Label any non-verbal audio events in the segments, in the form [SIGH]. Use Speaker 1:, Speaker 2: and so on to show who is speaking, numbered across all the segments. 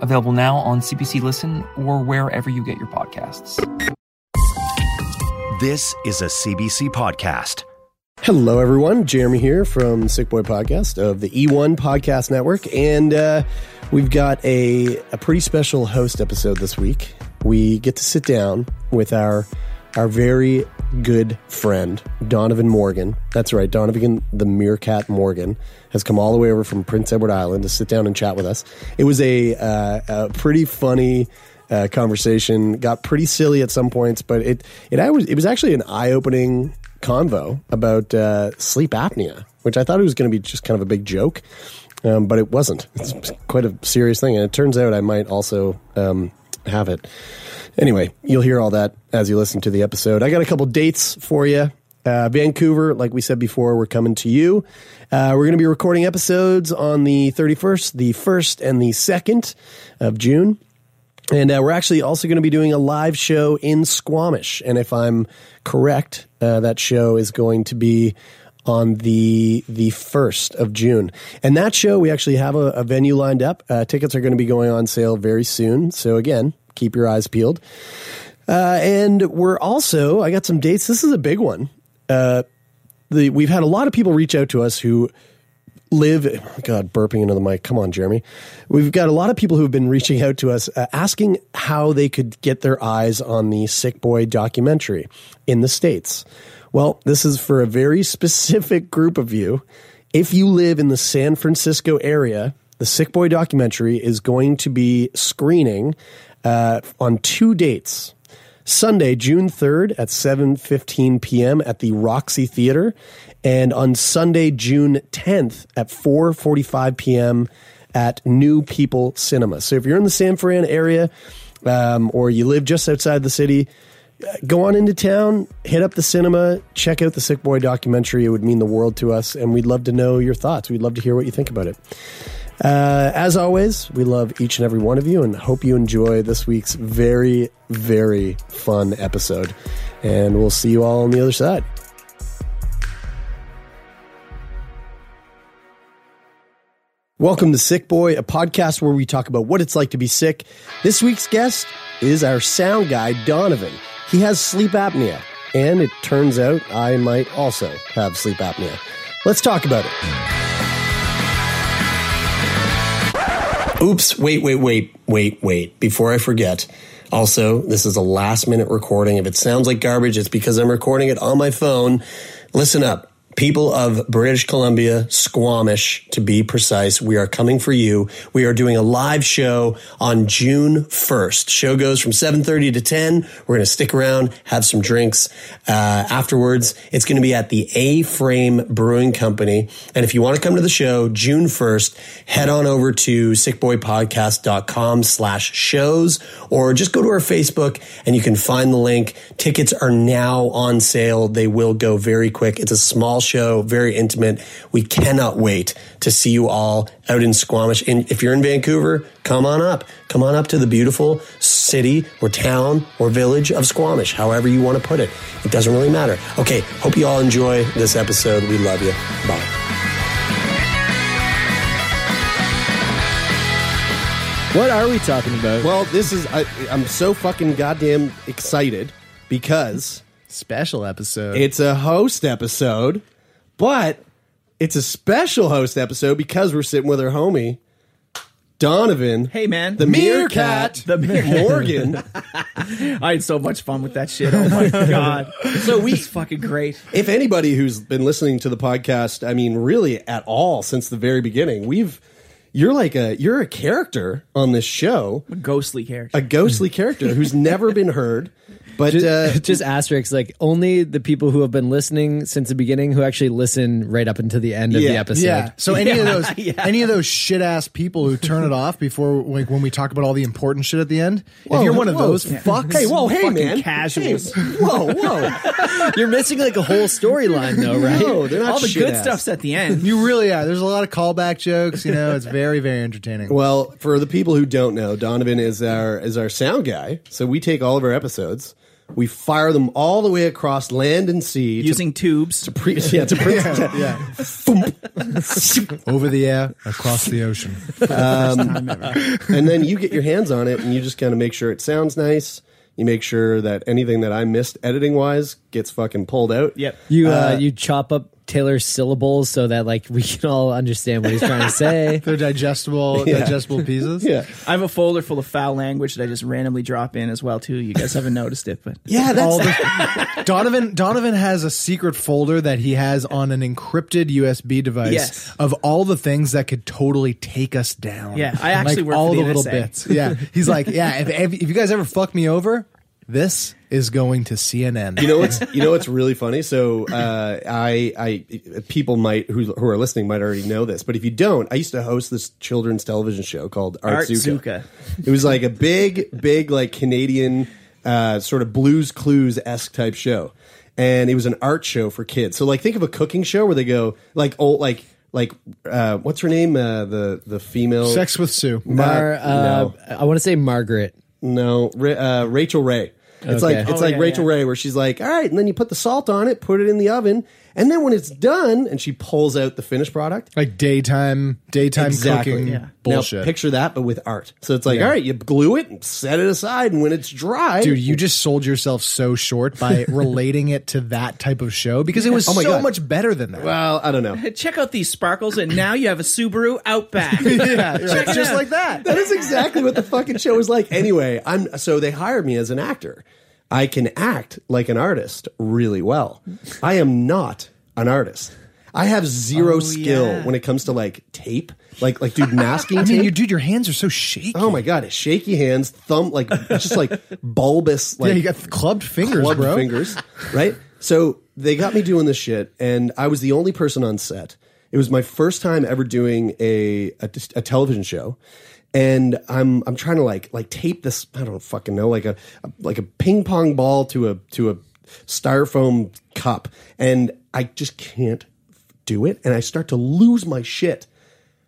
Speaker 1: available now on CBC Listen or wherever you get your podcasts.
Speaker 2: This is a CBC podcast.
Speaker 3: Hello, everyone. Jeremy here from Sick Boy Podcast of the E1 Podcast Network. And uh, we've got a, a pretty special host episode this week. We get to sit down with our our very good friend, Donovan Morgan. That's right, Donovan the Meerkat Morgan has come all the way over from Prince Edward Island to sit down and chat with us. It was a, uh, a pretty funny uh, conversation. Got pretty silly at some points, but it it I was it was actually an eye opening convo about uh, sleep apnea, which I thought it was going to be just kind of a big joke, um, but it wasn't. [LAUGHS] It's quite a serious thing, and it turns out I might also um, have it. Anyway, you'll hear all that as you listen to the episode. I got a couple dates for you. Uh, Vancouver, like we said before, we're coming to you. Uh, we're going to be recording episodes on the 31st, the 1st, and the 2nd of June. And uh, we're actually also going to be doing a live show in Squamish. And if I'm correct, uh, that show is going to be on the the first of June. And that show, we actually have a, a venue lined up. Uh, tickets are going to be going on sale very soon. So again, keep your eyes peeled. Uh, and we're also, I got some dates. This is a big one. Uh, the, we've had a lot of people reach out to us who live god burping into the mic come on jeremy we've got a lot of people who've been reaching out to us uh, asking how they could get their eyes on the sick boy documentary in the states well this is for a very specific group of you if you live in the san francisco area the sick boy documentary is going to be screening uh, on two dates Sunday, June 3rd at 7:15 p.m. at the Roxy Theater and on Sunday, June 10th at 4:45 p.m. at New People Cinema. So if you're in the San Fran area um, or you live just outside the city, uh, go on into town, hit up the cinema, check out the Sick Boy documentary. It would mean the world to us and we'd love to know your thoughts. We'd love to hear what you think about it. Uh, as always, we love each and every one of you and hope you enjoy this week's very, very fun episode. And we'll see you all on the other side. Welcome to Sick Boy, a podcast where we talk about what it's like to be sick. This week's guest is our sound guy, Donovan. He has sleep apnea, and it turns out I might also have sleep apnea. Let's talk about it. Oops, wait, wait, wait, wait, wait. Before I forget, also, this is a last minute recording. If it sounds like garbage, it's because I'm recording it on my phone. Listen up. People of British Columbia, Squamish, to be precise, we are coming for you. We are doing a live show on June 1st. Show goes from 7.30 to 10. We're going to stick around, have some drinks. Uh, afterwards, it's going to be at the A-Frame Brewing Company. And if you want to come to the show June 1st, head on over to sickboypodcast.com slash shows or just go to our Facebook and you can find the link. Tickets are now on sale. They will go very quick. It's a small show, very intimate. We cannot wait to see you all out in Squamish. And if you're in Vancouver, come on up. Come on up to the beautiful city or town or village of Squamish, however you want to put it. It doesn't really matter. Okay, hope you all enjoy this episode. We love you. Bye.
Speaker 4: What are we talking about?
Speaker 3: Well, this is I, I'm so fucking goddamn excited because
Speaker 4: Special episode.
Speaker 3: it's a host episode, but it's a special host episode because we're sitting with our homie Donovan.
Speaker 5: Hey, man.
Speaker 3: the meerkat,
Speaker 5: The meerkat. [LAUGHS]
Speaker 3: Morgan.
Speaker 5: I had so much fun with that shit. Oh my
Speaker 6: [LAUGHS]
Speaker 5: god. So we it's fucking great.
Speaker 3: if anybody who's been listening to the podcast, I mean, really at all since the very beginning, we've you're like a you're a character on this show,
Speaker 5: Ghostly character.
Speaker 3: a ghostly character who's never been heard. But
Speaker 6: just, [LAUGHS]
Speaker 3: uh,
Speaker 6: just asterisks like only the people who have been listening since the beginning who actually listen right up until the end of the episode.
Speaker 2: Yeah. So any
Speaker 6: [LAUGHS]
Speaker 2: of those any of those shit ass people who turn it off before like when we talk about all the important shit at the end. if you're one of
Speaker 3: whoa.
Speaker 2: those fucks,
Speaker 3: hey, whoa, hey,
Speaker 5: fucking
Speaker 3: man,
Speaker 5: casuals.
Speaker 3: Hey, whoa, whoa,
Speaker 6: You're missing like a whole storyline though, right?
Speaker 3: no, they're not
Speaker 5: All the
Speaker 3: shit
Speaker 5: good
Speaker 3: ass.
Speaker 5: stuff's at the [LAUGHS] end.
Speaker 2: you really are. There's a lot of callback jokes. You know, it's very very entertaining.
Speaker 3: Well, for the people who don't know, Donovan is our is our sound guy. So we take all of our episodes, we fire them all the way across land and sea
Speaker 5: Using [LAUGHS] tubes.
Speaker 3: to pre- yeah, [LAUGHS] to pre-
Speaker 2: yeah, over the air, across the ocean.
Speaker 3: and then you get your hands on it and you just kind of make sure it sounds nice. You make sure that anything that I missed editing wise gets fucking pulled out.
Speaker 5: Yep.
Speaker 6: You uh, you chop up Taylor's syllables so that like we can all understand what he's trying to say.
Speaker 2: [LAUGHS] They're digestible, digestible pieces.
Speaker 3: Yeah.
Speaker 5: I have a folder full of foul language that I just randomly drop in as well too. You guys haven't [LAUGHS] noticed it, but
Speaker 3: Yeah, that's
Speaker 2: All the- [LAUGHS] Donovan Donovan has a secret folder that he has on an encrypted USB device
Speaker 5: Yes.
Speaker 2: of all the things that could totally take us down.
Speaker 5: Yeah, I actually
Speaker 2: like
Speaker 5: work
Speaker 2: all
Speaker 5: for the
Speaker 2: little
Speaker 5: NSA.
Speaker 2: bits. Yeah,
Speaker 5: [LAUGHS]
Speaker 2: he's like, yeah, if, if, if you guys ever fuck me over, this is going to CNN.
Speaker 3: you know what's [LAUGHS] you know what's really funny. So uh, I I people might who who are listening might already know this, but if you don't, I used to host this children's television show called Art
Speaker 5: Artzuka.
Speaker 3: Zuka. It was like a big big like Canadian uh, sort of Blues Clues esque type show, and it was an art show for kids. So like think of a cooking show where they go like old like. Like uh, what's her name? Uh, the the female
Speaker 2: Sex with Sue.
Speaker 6: Mar, uh,
Speaker 3: no.
Speaker 6: I want to say Margaret.
Speaker 3: No, Ra- uh, Rachel Ray. It's
Speaker 6: Okay.
Speaker 3: like it's
Speaker 5: Oh,
Speaker 3: like
Speaker 5: yeah,
Speaker 3: Rachel
Speaker 5: yeah.
Speaker 3: Ray, where she's like, "All right," and then you put the salt on it, put it in the oven, and then when it's done, and she pulls out the finished product.
Speaker 2: like daytime daytime
Speaker 3: Exactly.
Speaker 2: cooking
Speaker 5: Yeah.
Speaker 2: bullshit.
Speaker 3: Now picture that, but with art. So it's like, all right, you glue it and set it aside, and when it's dry,
Speaker 2: Dude, you just sold yourself so short by relating it to that type of show because it was
Speaker 3: Oh my
Speaker 2: so
Speaker 3: God.
Speaker 2: much better than that.
Speaker 3: well, I don't know.
Speaker 5: check out these sparkles, and now you have a Subaru [LAUGHS] Outback.
Speaker 2: yeah,
Speaker 5: Check it
Speaker 2: just
Speaker 5: out.
Speaker 2: like that.
Speaker 3: that is exactly what the fucking show is like. Anyway, I'm so they hired me as an actor. I can act like an artist really well. I am not an artist. I have zero
Speaker 2: Oh,
Speaker 3: skill
Speaker 5: yeah.
Speaker 3: when it comes to like tape, like like dude
Speaker 2: [LAUGHS]
Speaker 3: masking
Speaker 2: I mean, you,
Speaker 3: tape.
Speaker 2: dude, your hands are so shaky.
Speaker 3: Oh my god, it's shaky hands, thumb like it's just like bulbous like
Speaker 2: yeah, you got clubbed fingers,
Speaker 3: clubbed
Speaker 2: bro.
Speaker 3: fingers, right? So they got me doing this shit, and I was the only person on set. It was my first time ever doing a a, a television show, and I'm I'm trying to like like tape this I don't fucking know like a, a like a ping pong ball to a to a styrofoam cup, and I just can't do it, and I start to lose my shit,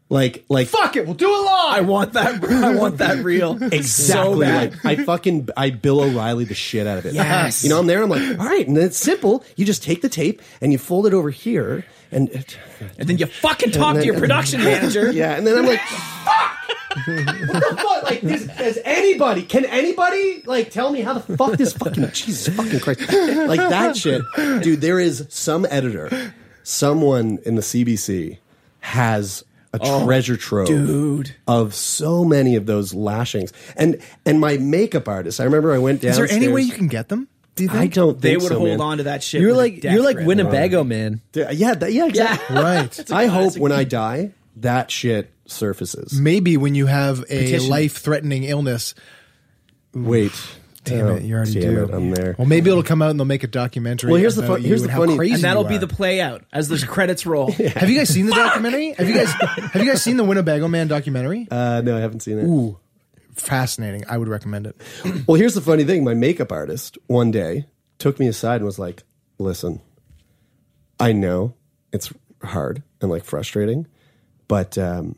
Speaker 3: like like
Speaker 2: Fuck it, we'll do it live.
Speaker 5: I want that. I want that real.
Speaker 3: Exactly.
Speaker 5: So bad.
Speaker 3: like, I fucking I Bill O'Reilly the shit out of it.
Speaker 5: Yes.
Speaker 3: You know, I'm there. I'm like, all right, and then it's simple. You just take the tape and you fold it over here, and it,
Speaker 5: And then you fucking talk to your
Speaker 6: [LAUGHS]
Speaker 5: production manager.
Speaker 3: yeah, and then I'm like, fuck. [LAUGHS] What the fuck? Like, does, does anybody? Can anybody like tell me how the fuck this fucking Jesus fucking Christ? Like that shit, dude. There is some editor, someone in the CBC has a
Speaker 2: Oh,
Speaker 3: treasure trove
Speaker 5: dude.
Speaker 3: of so many of those lashings and and my makeup artist i remember i went down
Speaker 2: Is there any way you can get [LAUGHS] them? Do you
Speaker 3: i
Speaker 2: think?
Speaker 3: don't
Speaker 5: They
Speaker 3: think
Speaker 5: would
Speaker 3: so,
Speaker 5: hold
Speaker 3: man.
Speaker 5: on to that shit.
Speaker 6: You're
Speaker 5: with a
Speaker 6: like
Speaker 5: death
Speaker 6: you're like
Speaker 5: grip.
Speaker 6: Winnebago man.
Speaker 3: yeah that, yeah
Speaker 5: [LAUGHS]
Speaker 3: exactly
Speaker 2: right.
Speaker 3: i hope when i die that shit surfaces
Speaker 2: Maybe when you have a
Speaker 5: Petition.
Speaker 2: life-threatening illness. Oh,
Speaker 3: wait
Speaker 2: Damn it, you already
Speaker 3: damn
Speaker 2: do.
Speaker 3: it, i'm there
Speaker 2: Well, maybe it'll come out and they'll make a documentary.
Speaker 3: Well, here's the
Speaker 2: about
Speaker 3: fu-
Speaker 2: you
Speaker 3: here's the
Speaker 2: and how
Speaker 3: funny-
Speaker 2: crazy
Speaker 5: and that'll
Speaker 2: you
Speaker 5: be
Speaker 2: are.
Speaker 5: the play out as those credits
Speaker 6: [LAUGHS]
Speaker 5: roll.
Speaker 2: Have you guys seen [LAUGHS] the documentary? Have you guys have you guys seen the Winnebago Man documentary?
Speaker 3: uh, no i haven't seen it
Speaker 2: Ooh, fascinating. I would recommend it.
Speaker 3: well here's the funny thing my makeup artist one day took me aside and was like listen i know it's hard and like frustrating but um,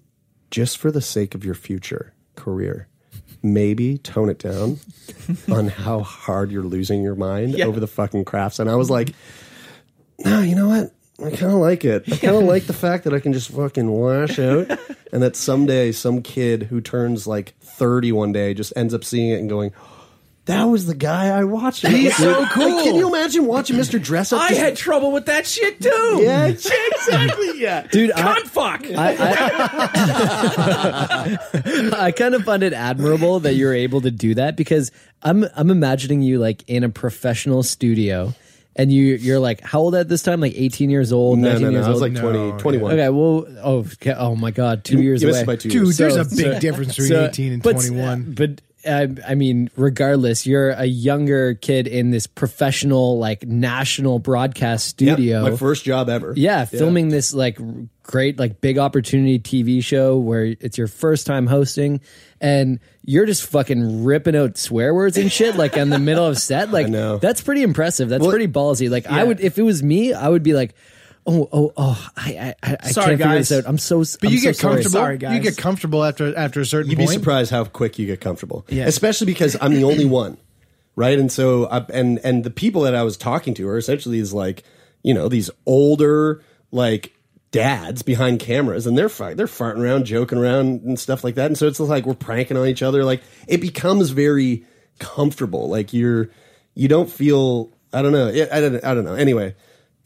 Speaker 3: just for the sake of your future career, maybe tone
Speaker 5: [LAUGHS]
Speaker 3: it down on how hard you're losing your mind
Speaker 5: Yeah.
Speaker 3: over the fucking crafts. And I was like, no, you know what? I kind of like it. I kind of like the fact that I can just fucking lash out
Speaker 5: [LAUGHS]
Speaker 3: and that someday some kid who turns like 30 one day just ends up seeing it and going, that was the guy I watched. He's
Speaker 5: so
Speaker 3: Like, can
Speaker 5: cool.
Speaker 3: you imagine watching Mr. Dress Up?
Speaker 5: I
Speaker 3: just-
Speaker 5: had trouble with that shit too.
Speaker 3: Yeah.
Speaker 5: [LAUGHS] exactly. Yeah,
Speaker 6: Dude, I-
Speaker 5: cunt fuck.
Speaker 6: I [LAUGHS] kind of find it admirable that you're able to do that because I'm I'm imagining you like in a professional studio and you you're like how old at this time like 18 years old
Speaker 3: No,
Speaker 6: 19
Speaker 3: no, no.
Speaker 6: years
Speaker 3: I was
Speaker 6: old
Speaker 3: like 20,
Speaker 2: No,
Speaker 3: 21.
Speaker 6: Okay, well oh okay, oh my god 2 years
Speaker 3: you missed
Speaker 6: away.
Speaker 3: it by two
Speaker 2: Dude,
Speaker 3: years.
Speaker 2: there's
Speaker 6: So-
Speaker 2: a big difference between
Speaker 6: So-
Speaker 2: 18 and
Speaker 6: but-
Speaker 2: 21.
Speaker 6: But
Speaker 7: I, I mean, regardless, you're a younger kid in this professional, like national broadcast
Speaker 3: Yep,
Speaker 7: studio.
Speaker 3: my first job ever.
Speaker 7: Yeah, filming this like r- great, like big opportunity TV show where it's your first time hosting and you're just fucking ripping out swear words and
Speaker 3: [LAUGHS]
Speaker 7: shit like in the middle of set. Like, that's pretty impressive. That's pretty ballsy. Like, I would, if it was me, I would be like, oh, oh, oh, I, I, I I can't
Speaker 2: Sorry,
Speaker 7: figure this
Speaker 2: guys.
Speaker 7: out. I'm so, s-
Speaker 2: But
Speaker 7: I'm
Speaker 2: you
Speaker 7: so
Speaker 2: get
Speaker 7: sorry.
Speaker 2: comfortable. You get comfortable after after a certain
Speaker 3: You'd be
Speaker 2: point.
Speaker 3: surprised how quick you get comfortable. Especially because I'm the only one, right? And so, I, and and the people that I was talking to are essentially is like, you know, these older like dads behind cameras, and they're fi- they're farting around, joking around, and stuff like that. And so it's like we're pranking on each other. Like it becomes very comfortable. Like you're you don't feel. I don't know. I I don't. I don't know. Anyway.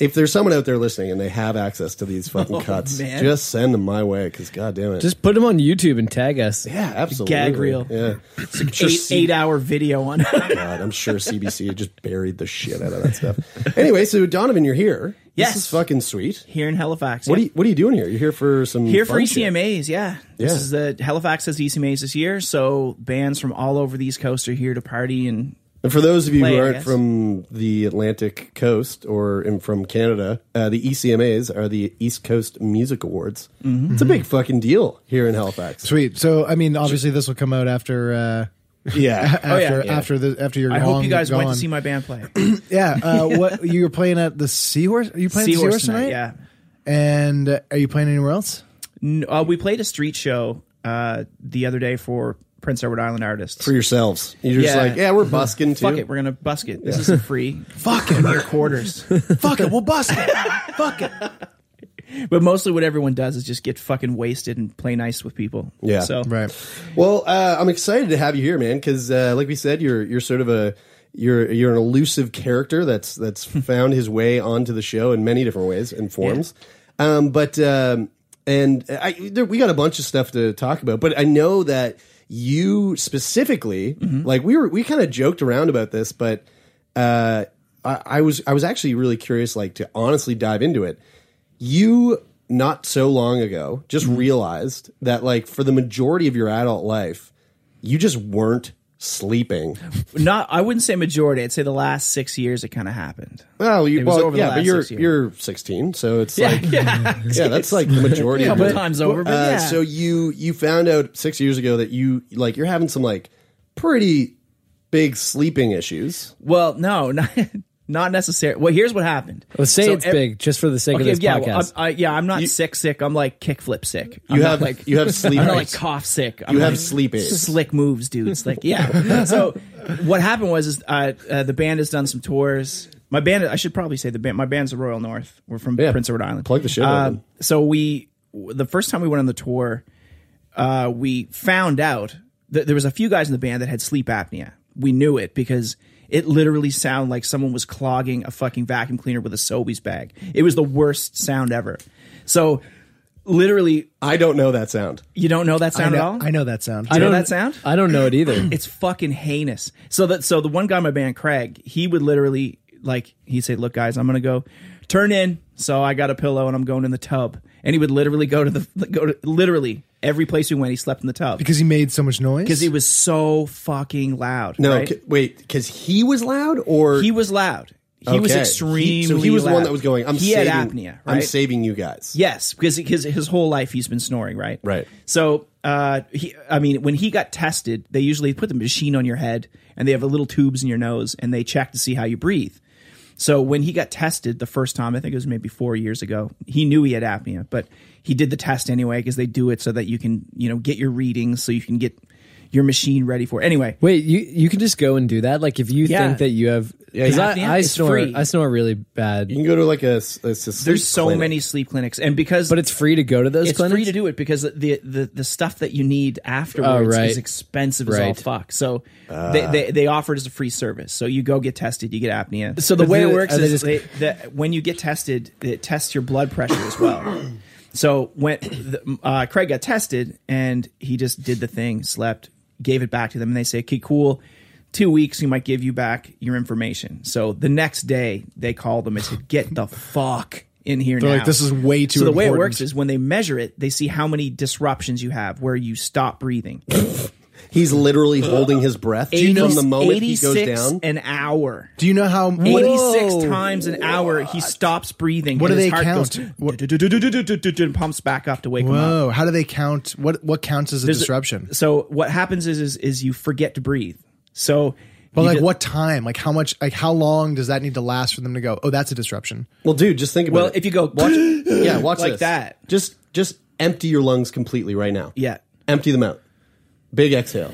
Speaker 3: If there's someone out there listening and they have access to these
Speaker 7: [LAUGHS]
Speaker 3: fucking
Speaker 7: Oh,
Speaker 3: cuts,
Speaker 7: man.
Speaker 3: just send them my way because god damn it,
Speaker 7: Just put them on YouTube and tag us.
Speaker 3: Yeah, absolutely.
Speaker 7: Gag reel.
Speaker 3: Yeah.
Speaker 5: eight- eight-hour
Speaker 3: video on God, I'm sure CBC just buried the shit out of that stuff. Anyway, so Donovan, you're here.
Speaker 5: Yes.
Speaker 3: This is fucking sweet.
Speaker 5: [LAUGHS] Here in Halifax.
Speaker 3: What,
Speaker 5: yeah.
Speaker 3: are you, what are you doing here? You're here for some.
Speaker 5: here for E
Speaker 3: fun shit.
Speaker 5: ECMAs, yeah. This
Speaker 3: Yeah.
Speaker 5: is the Halifax has E ECMAs this year, so bands from all over the East Coast are here to party and.
Speaker 3: And for those of you
Speaker 5: play, I
Speaker 3: who aren't
Speaker 5: guess.
Speaker 3: from the Atlantic coast or in, from Canada, uh, the ECMAs are the East Coast Music Awards.
Speaker 5: Mm-hmm.
Speaker 2: Mhm.
Speaker 3: It's a big fucking deal here in Halifax.
Speaker 2: Sweet. So I mean, obviously, this will come out after. Uh,
Speaker 3: Yeah.
Speaker 2: after
Speaker 3: Oh, yeah.
Speaker 2: after the after your.
Speaker 5: I hope you guys
Speaker 2: gone.
Speaker 5: went to see my band
Speaker 3: [CLEARS THROAT]
Speaker 5: play.
Speaker 2: yeah. Uh, what you were playing at the Seahorse? Are you playing at the Seahorse tonight?
Speaker 5: Yeah.
Speaker 2: And uh, are you playing anywhere else?
Speaker 5: N- uh, we played a street show uh, the other day for Prince Edward Island artists.
Speaker 3: [LAUGHS] For yourselves. You're just like, yeah, we're busking too.
Speaker 5: Fuck it, we're gonna busk it. This
Speaker 3: Yeah.
Speaker 5: isn't
Speaker 3: [LAUGHS]
Speaker 5: free. Fuck it, your quarters.
Speaker 2: Fuck it, we'll bust
Speaker 5: [LAUGHS]
Speaker 2: it. Fuck it.
Speaker 5: But mostly, what everyone does is just get fucking wasted and play nice with people.
Speaker 3: Yeah.
Speaker 5: So
Speaker 2: right.
Speaker 3: Well, uh, I'm excited to have you here, man. Because uh, like we said, you're you're sort of a you're you're an elusive character that's that's found his way onto the show in many different ways and forms. Um, but um, and I, there, we got a bunch of stuff to talk about. But I know that you specifically, like we were, we kind of joked around about this, but uh, I, I was I was actually really curious, like to honestly dive into it you not so long ago just
Speaker 5: Mm-hmm.
Speaker 3: realized that like for the majority of your adult life you just weren't sleeping
Speaker 5: not, I wouldn't say majority. I'd say the last six years it kind of happened. [LAUGHS]
Speaker 3: well,
Speaker 5: It
Speaker 3: you,
Speaker 5: was
Speaker 3: well
Speaker 5: over the
Speaker 3: yeah
Speaker 5: last
Speaker 3: but you're
Speaker 5: six years.
Speaker 3: you're 16 so it's
Speaker 5: Yeah, [LAUGHS]
Speaker 3: like
Speaker 5: yeah.
Speaker 3: yeah that's like the majority
Speaker 5: Couple
Speaker 3: of it.
Speaker 5: times over, but
Speaker 3: Uh,
Speaker 5: yeah.
Speaker 3: so you you found out six years ago that you like you're having some like pretty big sleeping issues
Speaker 5: Well, no, [LAUGHS] not, not necessary. Well, here's what happened.
Speaker 7: Let's say
Speaker 5: So
Speaker 7: it's
Speaker 5: ev-
Speaker 7: big just for the sake of this
Speaker 5: yeah, well,
Speaker 7: podcast.
Speaker 5: I'm, I, yeah, I'm not sick, sick. I'm like kickflip sick.
Speaker 3: You
Speaker 5: I'm not
Speaker 3: have-
Speaker 5: like
Speaker 3: you have
Speaker 5: [LAUGHS]
Speaker 3: sleep
Speaker 5: I'm not like
Speaker 3: aids.
Speaker 5: cough sick.
Speaker 3: You
Speaker 5: I'm
Speaker 3: have
Speaker 5: like
Speaker 3: sleep aids.
Speaker 5: Slick moves, dudes. Like
Speaker 3: [LAUGHS]
Speaker 5: yeah. so what happened was is uh, uh, the band has done some tours. My band, I should probably say the band. My band's the Royal North. We're from Prince Edward Island. Plug
Speaker 3: the shit out of them.
Speaker 5: So we, w- the first time we went on the tour, uh, we found out that there was a few guys in the band that had sleep apnea. We knew it because it literally sounded like someone was clogging a fucking vacuum cleaner with a Sobeys bag. It was the worst sound ever. So, literally,
Speaker 3: I don't know that sound.
Speaker 5: You don't know that
Speaker 2: I
Speaker 5: sound
Speaker 2: know,
Speaker 5: at all.
Speaker 2: I know that sound.
Speaker 5: Do you know that sound?
Speaker 7: I don't know it either.
Speaker 5: it's fucking heinous. So that so the one guy in my band, Craig, he would literally like he'd say, "Look, guys, I'm gonna go turn in." So I got a pillow and I'm going in the tub, and he would literally go to the [LAUGHS] go to literally every place we went. He slept in the tub
Speaker 2: [LAUGHS] Because he made so much noise.
Speaker 5: because he was so fucking loud.
Speaker 2: No,
Speaker 5: right?
Speaker 2: c-
Speaker 3: wait, because he was loud, or
Speaker 5: he was loud. He was
Speaker 3: Okay.
Speaker 5: extremely.
Speaker 3: He- so he was the one
Speaker 5: loud.
Speaker 3: that was going i'm
Speaker 5: he
Speaker 3: saving,
Speaker 5: had apnea.
Speaker 3: i'm
Speaker 5: right?
Speaker 3: saving you guys
Speaker 5: Yes, because his his whole life he's been snoring, right?
Speaker 3: Right.
Speaker 5: So, uh, he, I mean, when he got tested, they usually put the machine on your head and they have a little tubes in your nose and they check to see how you breathe. So when he got tested the first time, I think it was maybe four years ago, he knew he had apnea, but he did the test anyway because they do it so that you can, you know, get your readings so you can get your machine ready for it. Anyway,
Speaker 7: Wait, you you can just go and do that. Like if you
Speaker 5: Yeah.
Speaker 7: think that you have,
Speaker 5: Yeah,
Speaker 7: because
Speaker 5: yeah.
Speaker 7: I, I
Speaker 5: It's
Speaker 7: snore,
Speaker 5: free.
Speaker 7: I snore really bad.
Speaker 3: You can go to like a,
Speaker 5: there's so many sleep clinics, and because
Speaker 7: but it's free to go to those
Speaker 5: it's
Speaker 7: clinics.
Speaker 5: free to do it because the the, the stuff that you need afterwards
Speaker 7: right.
Speaker 5: is expensive as all
Speaker 7: Right.
Speaker 5: fuck. So they, they they offer it as a free service. So you go get tested, you get apnea. So the
Speaker 7: But
Speaker 5: way
Speaker 7: do
Speaker 5: it
Speaker 7: they-
Speaker 5: works
Speaker 7: are they
Speaker 5: is
Speaker 7: just-
Speaker 5: they, that when you get tested, it tests your blood pressure as [CLEARS THROAT] well. So when the, uh, Craig got tested and he just did the thing, slept, gave it back to them, and they say, "Okay, cool." Two weeks, we might give you back your information. So the next day, they called them and said, "Get the fuck in here
Speaker 2: They're
Speaker 5: now."
Speaker 2: like, "This is way too
Speaker 5: So the way it
Speaker 2: important."
Speaker 5: works is when they measure it, they see how many disruptions you have where you stop breathing.
Speaker 3: He's literally holding his breath
Speaker 5: Do you know
Speaker 3: from the moment he goes
Speaker 5: 86
Speaker 3: down.
Speaker 5: an hour.
Speaker 2: Do you know how
Speaker 5: 86 times an hour he stops breathing.
Speaker 2: What
Speaker 5: and
Speaker 2: do
Speaker 5: his
Speaker 2: they
Speaker 5: heart
Speaker 2: count?
Speaker 5: goes and pumps back up to wake him up.
Speaker 2: Whoa! How do they count? What what counts as a
Speaker 5: There's a-
Speaker 2: disruption?
Speaker 5: so what happens is is, is you forget to breathe. So,
Speaker 2: but
Speaker 5: you
Speaker 2: like
Speaker 5: ju-
Speaker 2: what time? Like how much? Like how long does that need to last for them to go? Oh, that's a disruption.
Speaker 3: Well, dude, just think about
Speaker 5: Well,
Speaker 3: it.
Speaker 5: if you go
Speaker 3: watch, yeah, watch
Speaker 5: like
Speaker 3: this.
Speaker 5: that.
Speaker 3: Just just empty your lungs completely right now.
Speaker 5: [GASPS] Yeah.
Speaker 3: Empty them out. Big exhale.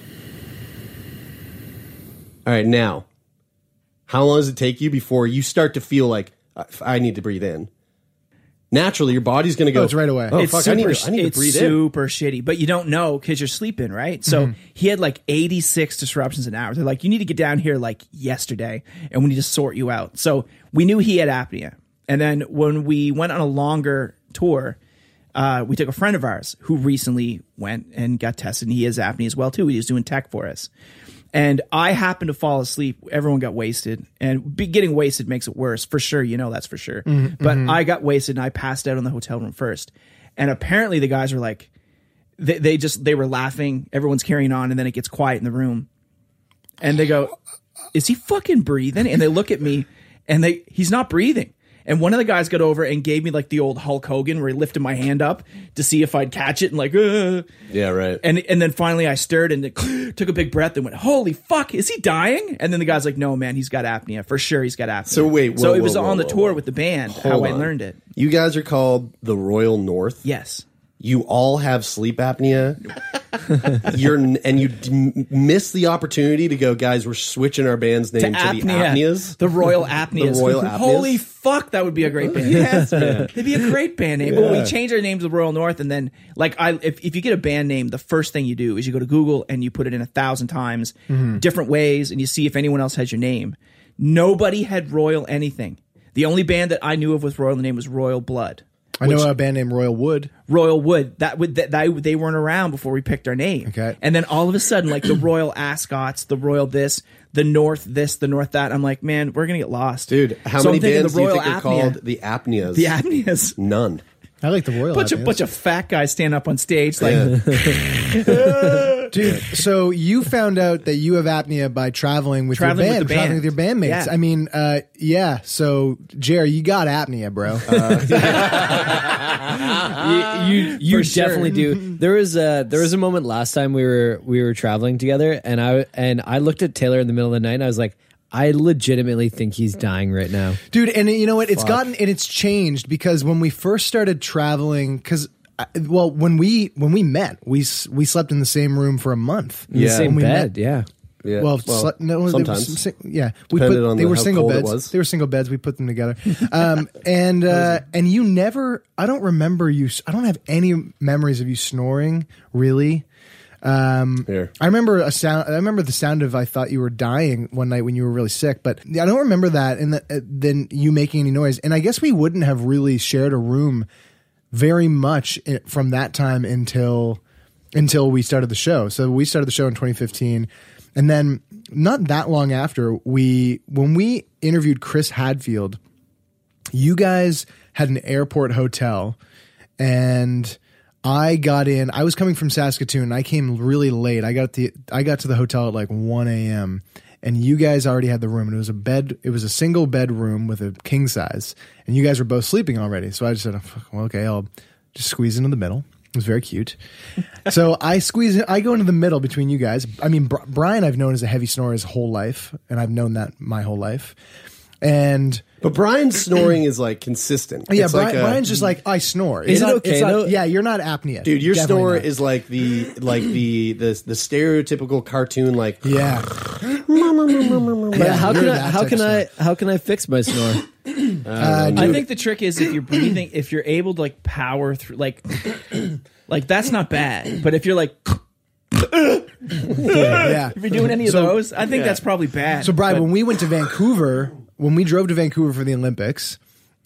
Speaker 3: All right, now, how long does it take you before you start to feel like I- I need to breathe in? Naturally, your body's going to go.
Speaker 2: Oh, it's right away.
Speaker 3: Oh,
Speaker 5: it's
Speaker 3: fuck!
Speaker 5: super,
Speaker 3: I need, to, I need to
Speaker 5: it's
Speaker 3: breathe in.
Speaker 5: super shitty, but you don't know because you're sleeping, right? So he had like 86 disruptions an hour. They're like, you need to get down here like yesterday, and we need to sort you out. So we knew he had apnea, and then when we went on a longer tour, uh, we took a friend of ours who recently went and got tested, and he has apnea as well too. He was doing tech for us. And I happened to fall asleep. Everyone got wasted, and be, getting wasted makes it worse for sure. You know that's for sure.
Speaker 8: Mhm,
Speaker 5: But
Speaker 8: mhm.
Speaker 5: I got wasted, and I passed out in the hotel room first. And apparently, the guys were like, they, they just they were laughing. Everyone's carrying on, and then it gets quiet in the room, and they go, "Is he fucking breathing?" And they look at me, and they he's not breathing. And one of the guys got over and gave me like the old Hulk Hogan, where he lifted my hand up to see if I'd catch it, and like, Ugh.
Speaker 3: Yeah, right.
Speaker 5: And and then finally I stirred and it [CLEARS THROAT] took a big breath and went, "Holy fuck, is he dying?" And then the guy's like, "No, man, he's got apnea for sure. He's got apnea."
Speaker 3: So wait, whoa,
Speaker 5: so it
Speaker 3: whoa,
Speaker 5: was
Speaker 3: whoa,
Speaker 5: on the
Speaker 3: whoa,
Speaker 5: tour with the band how
Speaker 3: Hold
Speaker 5: I
Speaker 3: on.
Speaker 5: learned it.
Speaker 3: You guys are called the Royal North.
Speaker 5: Yes.
Speaker 3: You all have
Speaker 7: [LAUGHS]
Speaker 3: sleep apnea. You're and you d- miss the opportunity to go, guys. We're switching our band's name to, the apneas.
Speaker 5: the Royal Apneas.
Speaker 3: [LAUGHS] The
Speaker 5: [LAUGHS]
Speaker 3: Royal Apneas.
Speaker 5: Holy fuck, that would be a great band.
Speaker 3: [LAUGHS]
Speaker 5: [LAUGHS]
Speaker 3: Yes, man.
Speaker 5: It'd be a great band name. But
Speaker 3: Yeah.
Speaker 5: we change our name to the Royal North, and then like I, if, if you get a band name, the first thing you do is you go to Google and you put it in a thousand times,
Speaker 3: Mm-hmm.
Speaker 8: Mhm.
Speaker 5: different ways, and you see if anyone else has your name. Nobody had Royal anything. The only band that I knew of with Royal name was Royal Blood.
Speaker 2: I know
Speaker 5: which-
Speaker 2: a band named Royal Wood.
Speaker 5: Royal Wood. That would that, that they weren't around before we picked our name.
Speaker 2: Okay.
Speaker 5: And then all of a sudden, like the Royal Ascots, the Royal this, the North this, the North that. I'm like, man, we're gonna get lost, dude.
Speaker 3: How many bands do you think are called the apneas?
Speaker 5: The
Speaker 3: [LAUGHS]
Speaker 5: apneas.
Speaker 3: None.
Speaker 2: I like the Royal.
Speaker 5: Bunch of
Speaker 2: Apneas.
Speaker 5: bunch of fat guys stand up on stage like
Speaker 2: Dude, so you found out that you have apnea by traveling with
Speaker 5: Traveling
Speaker 2: your
Speaker 5: with
Speaker 2: band,
Speaker 5: the
Speaker 2: traveling with your bandmates.
Speaker 5: Yeah.
Speaker 2: I mean, uh, yeah. So, Jerry, you got
Speaker 5: [LAUGHS]
Speaker 2: apnea, bro.
Speaker 7: [LAUGHS] you
Speaker 2: [LAUGHS]
Speaker 7: you, you
Speaker 2: For sure.
Speaker 7: definitely
Speaker 2: [LAUGHS]
Speaker 7: do. There was a there was a moment last time we were we were traveling together, and I and I looked at Taylor in the middle of the night, and I was like, I legitimately think he's dying right now.
Speaker 2: dude and you know what it's
Speaker 7: Fuck.
Speaker 2: gotten and it's changed because when we first started traveling because well when we when we met we s- we slept in the same room for a month
Speaker 7: In the
Speaker 2: When
Speaker 7: same
Speaker 2: we
Speaker 7: bed, yeah.
Speaker 3: Yeah.
Speaker 2: well,
Speaker 3: Well,
Speaker 2: sle- no, they were
Speaker 3: sometimes.
Speaker 2: some sing- yeah, we
Speaker 3: Depended
Speaker 2: put
Speaker 3: on
Speaker 2: they
Speaker 3: the-
Speaker 2: were
Speaker 3: how
Speaker 2: single
Speaker 3: cold it
Speaker 2: beds.
Speaker 3: was.
Speaker 2: They were single beds. We put them
Speaker 3: [LAUGHS]
Speaker 2: together, um, and uh, and you never. I don't remember you. s- I don't have any memories of you snoring really. Um, I remember a sound. I remember the sound of I thought you were dying one night when you were really sick, but I don't remember that. And the, uh, then you making any noise. And I guess we wouldn't have really shared a room very much i- from that time until until we started the show. So we started the show in 2015, and then not that long after we when we interviewed Chris Hadfield, you guys had an airport hotel, and I got in. I was coming from Saskatoon. I came really late. I got the I got to the hotel at like 1 a.m. And you guys already had the room, and it was a bed. It was a single bedroom with a king size, and you guys were both sleeping already. So I just said, "Oh, fuck, well, "Okay, I'll just squeeze into the middle." It was very cute. so I squeeze. I go into the middle between you guys. I mean, Br- Brian, I've known as a heavy snorer his whole life, and I've known that my whole life. And
Speaker 3: but Brian's snoring is like consistent.
Speaker 2: yeah,
Speaker 3: It's
Speaker 2: Brian,
Speaker 3: like uh, a-
Speaker 2: Brian's just like I snore.
Speaker 3: Is
Speaker 2: It's
Speaker 3: it
Speaker 2: not-
Speaker 3: okay,
Speaker 2: it's not-
Speaker 3: though?
Speaker 2: yeah, you're not apnea,
Speaker 3: Dude, your
Speaker 2: Definitely
Speaker 3: snore
Speaker 2: not.
Speaker 3: is like the like the the the stereotypical cartoon like
Speaker 2: [LAUGHS] yeah.
Speaker 3: [LAUGHS]
Speaker 7: But how can I how can I how can I fix my snore? Uh,
Speaker 5: I think the trick is if you're breathing, if you're able to like power through, like, [COUGHS] like that's not bad. But if you're like, [COUGHS]
Speaker 2: Yeah.
Speaker 5: if you're doing any of
Speaker 2: So-
Speaker 5: those, I think
Speaker 2: Yeah.
Speaker 5: that's probably bad.
Speaker 2: So, Brian,
Speaker 5: But-
Speaker 2: when we went to Vancouver, when we drove to Vancouver for the Olympics,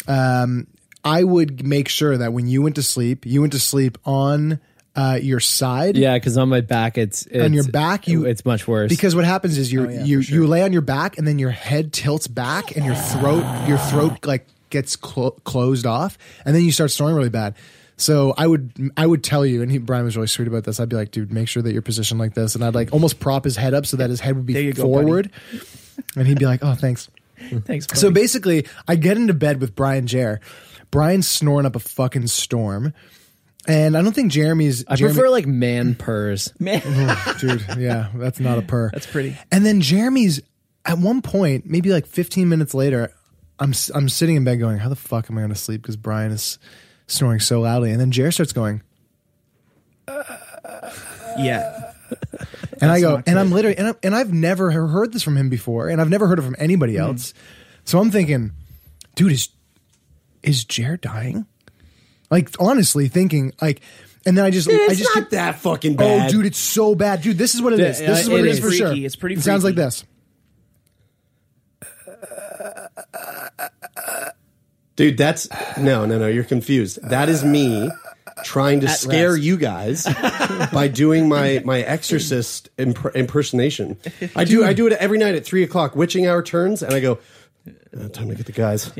Speaker 2: um, I would make sure that when you went to sleep, you went to sleep on uh, your side.
Speaker 7: Yeah, because on my back it's, it's
Speaker 2: On your back, you-
Speaker 7: it's much worse
Speaker 2: Because what happens is you you you lay on your back and then your head tilts back and your throat your throat like gets clo- closed off and then you start snoring really bad. So I would I would tell you, and he, Brian was really sweet about this. I'd be like, dude, make sure that you're positioned like this, and I'd like almost prop his head up so that his head would
Speaker 5: There
Speaker 2: be
Speaker 5: you go,
Speaker 2: forward, and he'd be like, oh, thanks.
Speaker 5: Thanks.
Speaker 2: So basically, I get into bed with Brian Jer. Brian's snoring up a fucking storm. And I don't think Jeremy's.
Speaker 7: I prefer, like man purrs.
Speaker 5: Man.
Speaker 3: Mm-hmm.
Speaker 2: [LAUGHS] dude, yeah, that's not a purr. That's
Speaker 5: pretty.
Speaker 2: And then Jeremy's at one point, maybe like 15 minutes later, I'm s- I'm sitting in bed going, how the fuck am I going to sleep? Because Brian is snoring so loudly. And then Jer starts going,
Speaker 5: yeah.
Speaker 2: and I
Speaker 5: That's
Speaker 2: go,
Speaker 5: not
Speaker 2: and I'm literally, and, I'm, and I've never he- heard this from him before, and I've never heard it from anybody
Speaker 3: Hmm.
Speaker 2: else. So I'm thinking, dude, is is Jared dying? Like honestly, thinking like, and then I just,
Speaker 3: Dude,
Speaker 2: I
Speaker 3: it's
Speaker 2: just
Speaker 3: not that fucking bad.
Speaker 2: Oh, dude, it's so bad, dude. This is what it
Speaker 3: Yeah,
Speaker 2: is. This is
Speaker 3: it
Speaker 2: what it
Speaker 3: is
Speaker 2: is, for
Speaker 3: freaky.
Speaker 2: sure.
Speaker 3: It's pretty
Speaker 2: It sounds like
Speaker 3: freaky.
Speaker 2: this.
Speaker 3: Dude, that's no, no, no. You're confused. That is me trying to
Speaker 5: At
Speaker 3: scare
Speaker 5: rest.
Speaker 3: you guys by doing my my exorcist imp- impersonation. I do I do it every night at three o'clock witching hour turns, and I go. "Uh, time to get the guys.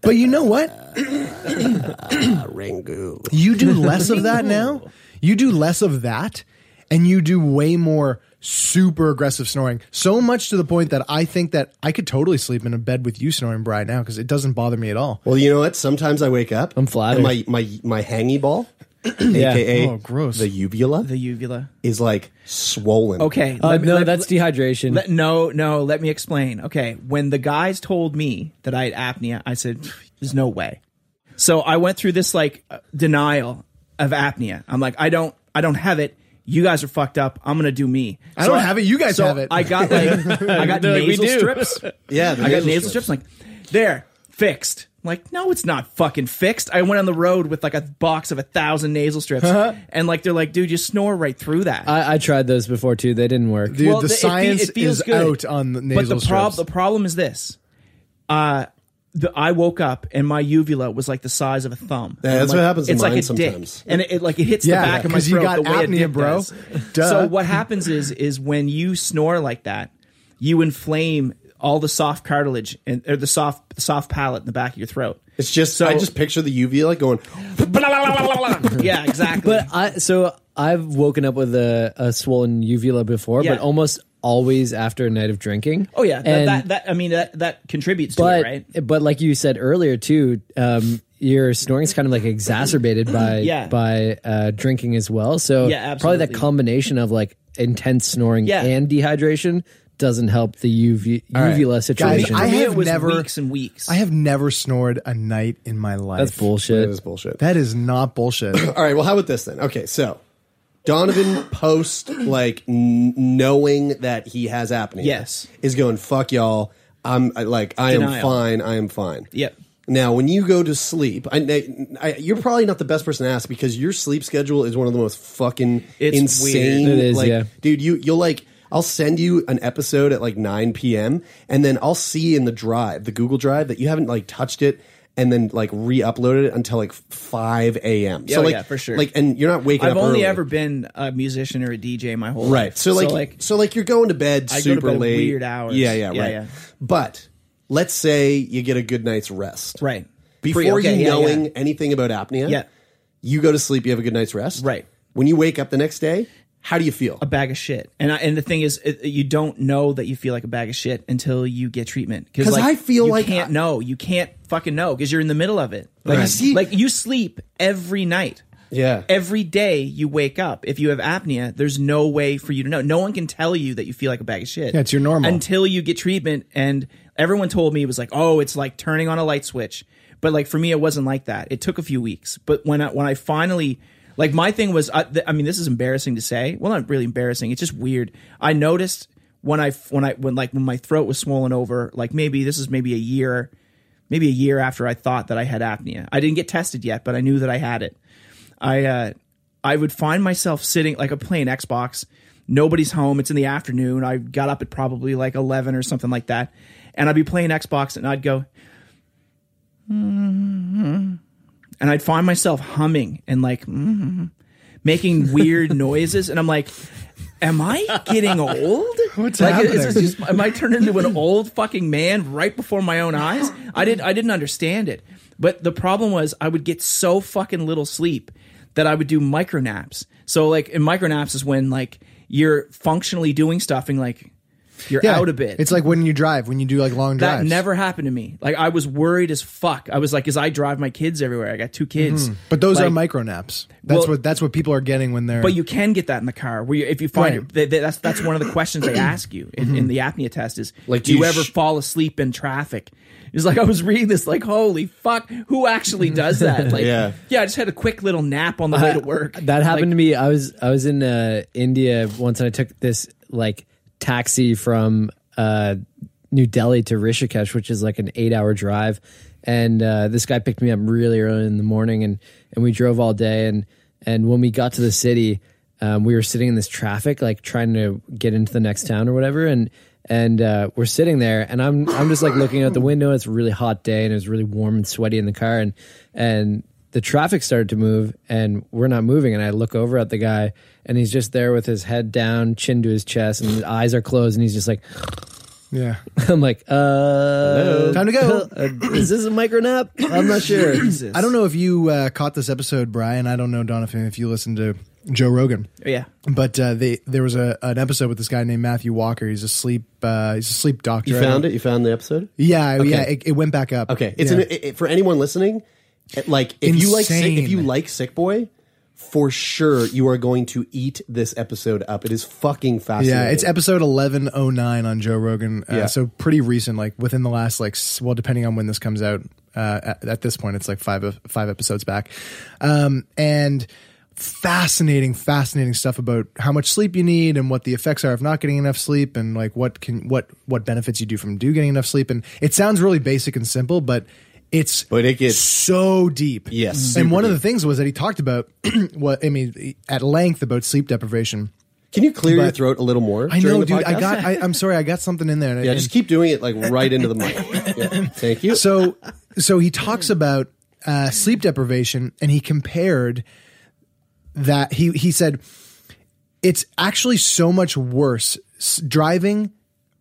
Speaker 2: But you know what?
Speaker 3: Rangu.
Speaker 7: [LAUGHS]
Speaker 2: You do less of that now. You do less of that, and you do way more super aggressive snoring. So much to the point that I think that I could totally sleep in a bed with you snoring, Brian, now because it doesn't bother me at all.
Speaker 3: Well, you know what? Sometimes I wake up. I'm flattered. my my my hangy ball, aka
Speaker 2: Oh, gross.
Speaker 3: the uvula,
Speaker 5: the uvula
Speaker 3: is like swollen.
Speaker 5: Okay.
Speaker 3: Uh,
Speaker 5: let me-
Speaker 3: no,
Speaker 5: let-
Speaker 3: that's
Speaker 7: dehydration.
Speaker 5: Let, no, no. Let me explain. Okay. When the guys told me that I had apnea, I said, "There's no way." So I went through this like uh, denial of apnea. I'm like, I don't, I don't have it. You guys are fucked up. I'm gonna do me.
Speaker 2: I don't have it. You guys
Speaker 5: so
Speaker 2: have it.
Speaker 5: I got
Speaker 2: [LAUGHS]
Speaker 5: like, I got
Speaker 2: They're like, "We
Speaker 5: nasal
Speaker 2: do."
Speaker 5: strips.
Speaker 2: Yeah,
Speaker 5: I
Speaker 2: the
Speaker 5: got nasal,
Speaker 2: nasal
Speaker 5: strips. I'm like, there, fixed. I'm like, no, it's not fucking fixed. I went on the road with like a box of a thousand nasal strips,
Speaker 7: Uh-huh.
Speaker 5: and like they're like, dude, you snore right through that.
Speaker 7: I, I tried those before too. They didn't work.
Speaker 2: Dude, the
Speaker 5: th- it fe-
Speaker 2: science
Speaker 5: it feels
Speaker 2: is
Speaker 5: good.
Speaker 2: out on the nasal
Speaker 5: But the, prob-
Speaker 2: strips.
Speaker 5: the problem is this: uh, the, I woke up and my uvula was like the size of a thumb. And
Speaker 3: Yeah,
Speaker 5: I'm
Speaker 3: that's
Speaker 5: like-
Speaker 3: what happens to
Speaker 5: It's
Speaker 3: mine
Speaker 5: like a
Speaker 3: sometimes.
Speaker 5: dick, and it, it, like it hits
Speaker 2: Yeah,
Speaker 5: the back of my
Speaker 2: 'cause you
Speaker 5: throat
Speaker 2: got
Speaker 5: the way a
Speaker 2: apnea,
Speaker 5: dick
Speaker 2: bro.
Speaker 5: does.
Speaker 2: Duh.
Speaker 5: So what happens is is when you snore like that, you inflame all the soft cartilage and or the soft the soft palate in the back of your
Speaker 2: [LAUGHS]
Speaker 5: throat.
Speaker 3: It's just I just picture the uvula going.
Speaker 5: yeah, exactly.
Speaker 7: But I so I've woken up with a, a swollen uvula before,
Speaker 5: Yeah.
Speaker 7: but almost always after a night of drinking.
Speaker 5: Oh yeah, that,
Speaker 7: And-
Speaker 5: that, that I mean that that contributes to
Speaker 7: but
Speaker 5: it, right?
Speaker 7: but like you said earlier too, um, your snoring's kind of like exacerbated
Speaker 5: [CLEARS THROAT]
Speaker 7: by
Speaker 5: Yeah.
Speaker 7: by uh, drinking as well. So
Speaker 5: Yeah,
Speaker 7: probably that
Speaker 5: absolutely.
Speaker 7: combination of like intense snoring
Speaker 5: Yeah.
Speaker 7: and dehydration doesn't help the uv-
Speaker 2: All right.
Speaker 7: uvula situation.
Speaker 2: Guys, I have
Speaker 5: it was
Speaker 2: never
Speaker 5: weeks and weeks.
Speaker 2: I have never snored a night in my life.
Speaker 7: That's bullshit. That
Speaker 3: is bullshit.
Speaker 2: That is
Speaker 5: [COUGHS]
Speaker 2: not bullshit.
Speaker 3: All right. Well, how about this then? Okay, so Donovan post like n- knowing that he has apnea.
Speaker 5: Yes.
Speaker 3: is going fuck y'all. I'm I- like I am
Speaker 5: Denial.
Speaker 3: fine. I am fine.
Speaker 5: Yep.
Speaker 3: Now, when you go to sleep, I, I, you're probably not the best person to ask because your sleep schedule is one of the most fucking
Speaker 5: It's
Speaker 3: insane.
Speaker 7: weird. It is,
Speaker 3: like,
Speaker 7: yeah.
Speaker 3: dude, you you'll like. I'll send you an episode at like 9 p.m. and then I'll see in the drive, the Google Drive, that you haven't like touched it and then like re-uploaded it until like 5 a.m.
Speaker 5: Oh,
Speaker 3: like,
Speaker 5: yeah, for sure.
Speaker 3: Like, and you're not waking
Speaker 5: I've
Speaker 3: up
Speaker 5: only
Speaker 3: early.
Speaker 5: ever been a musician or a DJ my whole life.
Speaker 3: right. So like, so like, you're going to bed
Speaker 5: I go to
Speaker 3: super
Speaker 5: bed at
Speaker 3: late,
Speaker 5: weird hours.
Speaker 3: Yeah, yeah,
Speaker 5: Yeah,
Speaker 3: right.
Speaker 5: yeah.
Speaker 3: But let's say you get a good night's rest,
Speaker 5: right?
Speaker 3: Before
Speaker 5: Free, okay,
Speaker 3: you
Speaker 5: yeah,
Speaker 3: knowing
Speaker 5: yeah.
Speaker 3: anything about apnea,
Speaker 5: Yeah.
Speaker 3: you go to sleep, you have a good night's rest,
Speaker 5: Right.
Speaker 3: When you wake up the next day, how do you feel?
Speaker 5: a bag of shit. And I, and the thing is, it, you don't know that you feel like a bag of shit until you get treatment.
Speaker 3: 'Cause I feel
Speaker 5: you
Speaker 3: like
Speaker 5: can't
Speaker 3: I-
Speaker 5: know. You can't fucking know because you're in the middle of it. Like,
Speaker 3: Right. See-
Speaker 5: like you sleep every night.
Speaker 3: Yeah.
Speaker 5: Every day you wake up, if you have apnea, there's no way for you to know. No one can tell you that you feel like a bag of shit.
Speaker 2: Yeah, it's your normal.
Speaker 5: Until you get treatment. And everyone told me it was like, oh, it's like turning on a light switch. But like for me, it wasn't like that. It took a few weeks. But when I, when I finally, like my thing was, I, th- I mean, this is embarrassing to say. Well, not really embarrassing. It's just weird. I noticed when I when I when like when my throat was swollen over, like maybe this is maybe a year, maybe a year after I thought that I had apnea. I didn't get tested yet, but I knew that I had it. I uh, I would find myself sitting like I'm playing Xbox. Nobody's home. It's in the afternoon. I got up at probably like eleven or something like that, and I'd be playing Xbox, and I'd go, "Mhm." and I'd find myself humming and like "Mhm,"
Speaker 2: [LAUGHS]
Speaker 5: making weird noises, and I'm like. Am I
Speaker 2: [LAUGHS]
Speaker 5: getting old?
Speaker 2: What's
Speaker 5: like, is
Speaker 2: happening?
Speaker 5: this just am I turned into an old fucking man right before my own eyes? I didn't I didn't understand it. But the problem was I would get so fucking little sleep that I would do micro naps. So like, and micro naps is when like you're functionally doing stuff and like you're
Speaker 2: Yeah.
Speaker 5: out a bit.
Speaker 2: It's like when you drive, when you do like long
Speaker 5: That
Speaker 2: drives.
Speaker 5: never happened to me. Like I was worried as fuck. I was like, as I drive my kids everywhere, I got two kids.
Speaker 2: Mhm. But those are
Speaker 5: Like,
Speaker 2: micro naps. That's
Speaker 5: Well-
Speaker 2: what that's what people are getting when they're
Speaker 5: But you can get that in the car. Where you, if you find
Speaker 2: Right.
Speaker 5: it, they, they- that's that's one of the questions they ask you in, in
Speaker 2: Mhm.
Speaker 5: the apnea test is
Speaker 2: Like,
Speaker 5: do
Speaker 2: do
Speaker 5: you,
Speaker 2: you
Speaker 5: ever
Speaker 2: sh-
Speaker 5: fall asleep in traffic? It's like I was reading this, like holy fuck, who actually does that? Like,
Speaker 7: Yeah.
Speaker 5: I just had a quick little nap on the way
Speaker 7: I-
Speaker 5: to work.
Speaker 7: That happened to me. I was I was in uh, India once, and I took this like taxi from uh, New Delhi to Rishikesh, which is like an eight hour drive. And uh, this guy picked me up really early in the morning, and and we drove all day. And and when we got to the city, um, we were sitting in this traffic, like trying to get into the next town or whatever. And and uh, we're sitting there, and I'm I'm just like looking out the window. It's a really hot day, and it was really warm and sweaty in the car. And and the traffic started to move, and we're not moving. And I look over at the guy, and he's just there with his head down, chin to his chest, and his eyes are closed, and he's just like.
Speaker 3: [LAUGHS]
Speaker 2: Yeah.
Speaker 7: I'm like, uh,
Speaker 2: Time to go.
Speaker 7: uh, [CLEARS THROAT] is this a micro nap? I'm not
Speaker 3: [CLEARS THROAT]
Speaker 7: sure.
Speaker 2: I don't know if you uh, caught this episode, Brian. I don't know, Donovan, if you listened to Joe Rogan.
Speaker 3: Oh,
Speaker 5: Yeah.
Speaker 2: But uh, they there was a an episode with this guy named Matthew Walker. He's a sleep uh, he's a sleep doctor.
Speaker 3: You found it? You found the episode?
Speaker 2: Yeah,
Speaker 3: Okay.
Speaker 2: yeah. It, it went back up.
Speaker 3: Okay, it's
Speaker 2: Yeah.
Speaker 3: an, it, it- for anyone listening. it- Like if you like sick, if
Speaker 2: Insane.
Speaker 3: you like Sick Boy, for sure you are going to eat this episode up. It is fucking fascinating.
Speaker 2: Yeah, it's episode eleven oh nine on Joe Rogan. Uh,
Speaker 3: Yeah.
Speaker 2: So pretty recent, like within the last like s- well, depending on when this comes out. Uh, at, at this point, it's like five of- five episodes back, um, and fascinating, fascinating stuff about how much sleep you need and what the effects are of not getting enough sleep, and like what can what what benefits you do from do getting enough sleep. And it sounds really basic and simple, but it's
Speaker 3: but it gets
Speaker 2: so deep.
Speaker 3: Yes,
Speaker 2: and
Speaker 3: super
Speaker 2: one of the things was that he talked about [CLEARS THROAT] what I mean at length about sleep deprivation.
Speaker 3: Can you clear your
Speaker 2: But-
Speaker 3: throat a little more?
Speaker 2: I
Speaker 3: during
Speaker 2: know,
Speaker 3: the
Speaker 2: dude. I
Speaker 3: podcast?
Speaker 2: got. I, I'm sorry. I got something in there. and I-
Speaker 3: [LAUGHS] yeah, just keep doing it like right into
Speaker 2: [LAUGHS]
Speaker 3: the mic. Yeah, thank you.
Speaker 2: So, so he talks about uh, sleep deprivation, and he compared that. He he said it's actually so much worse s- driving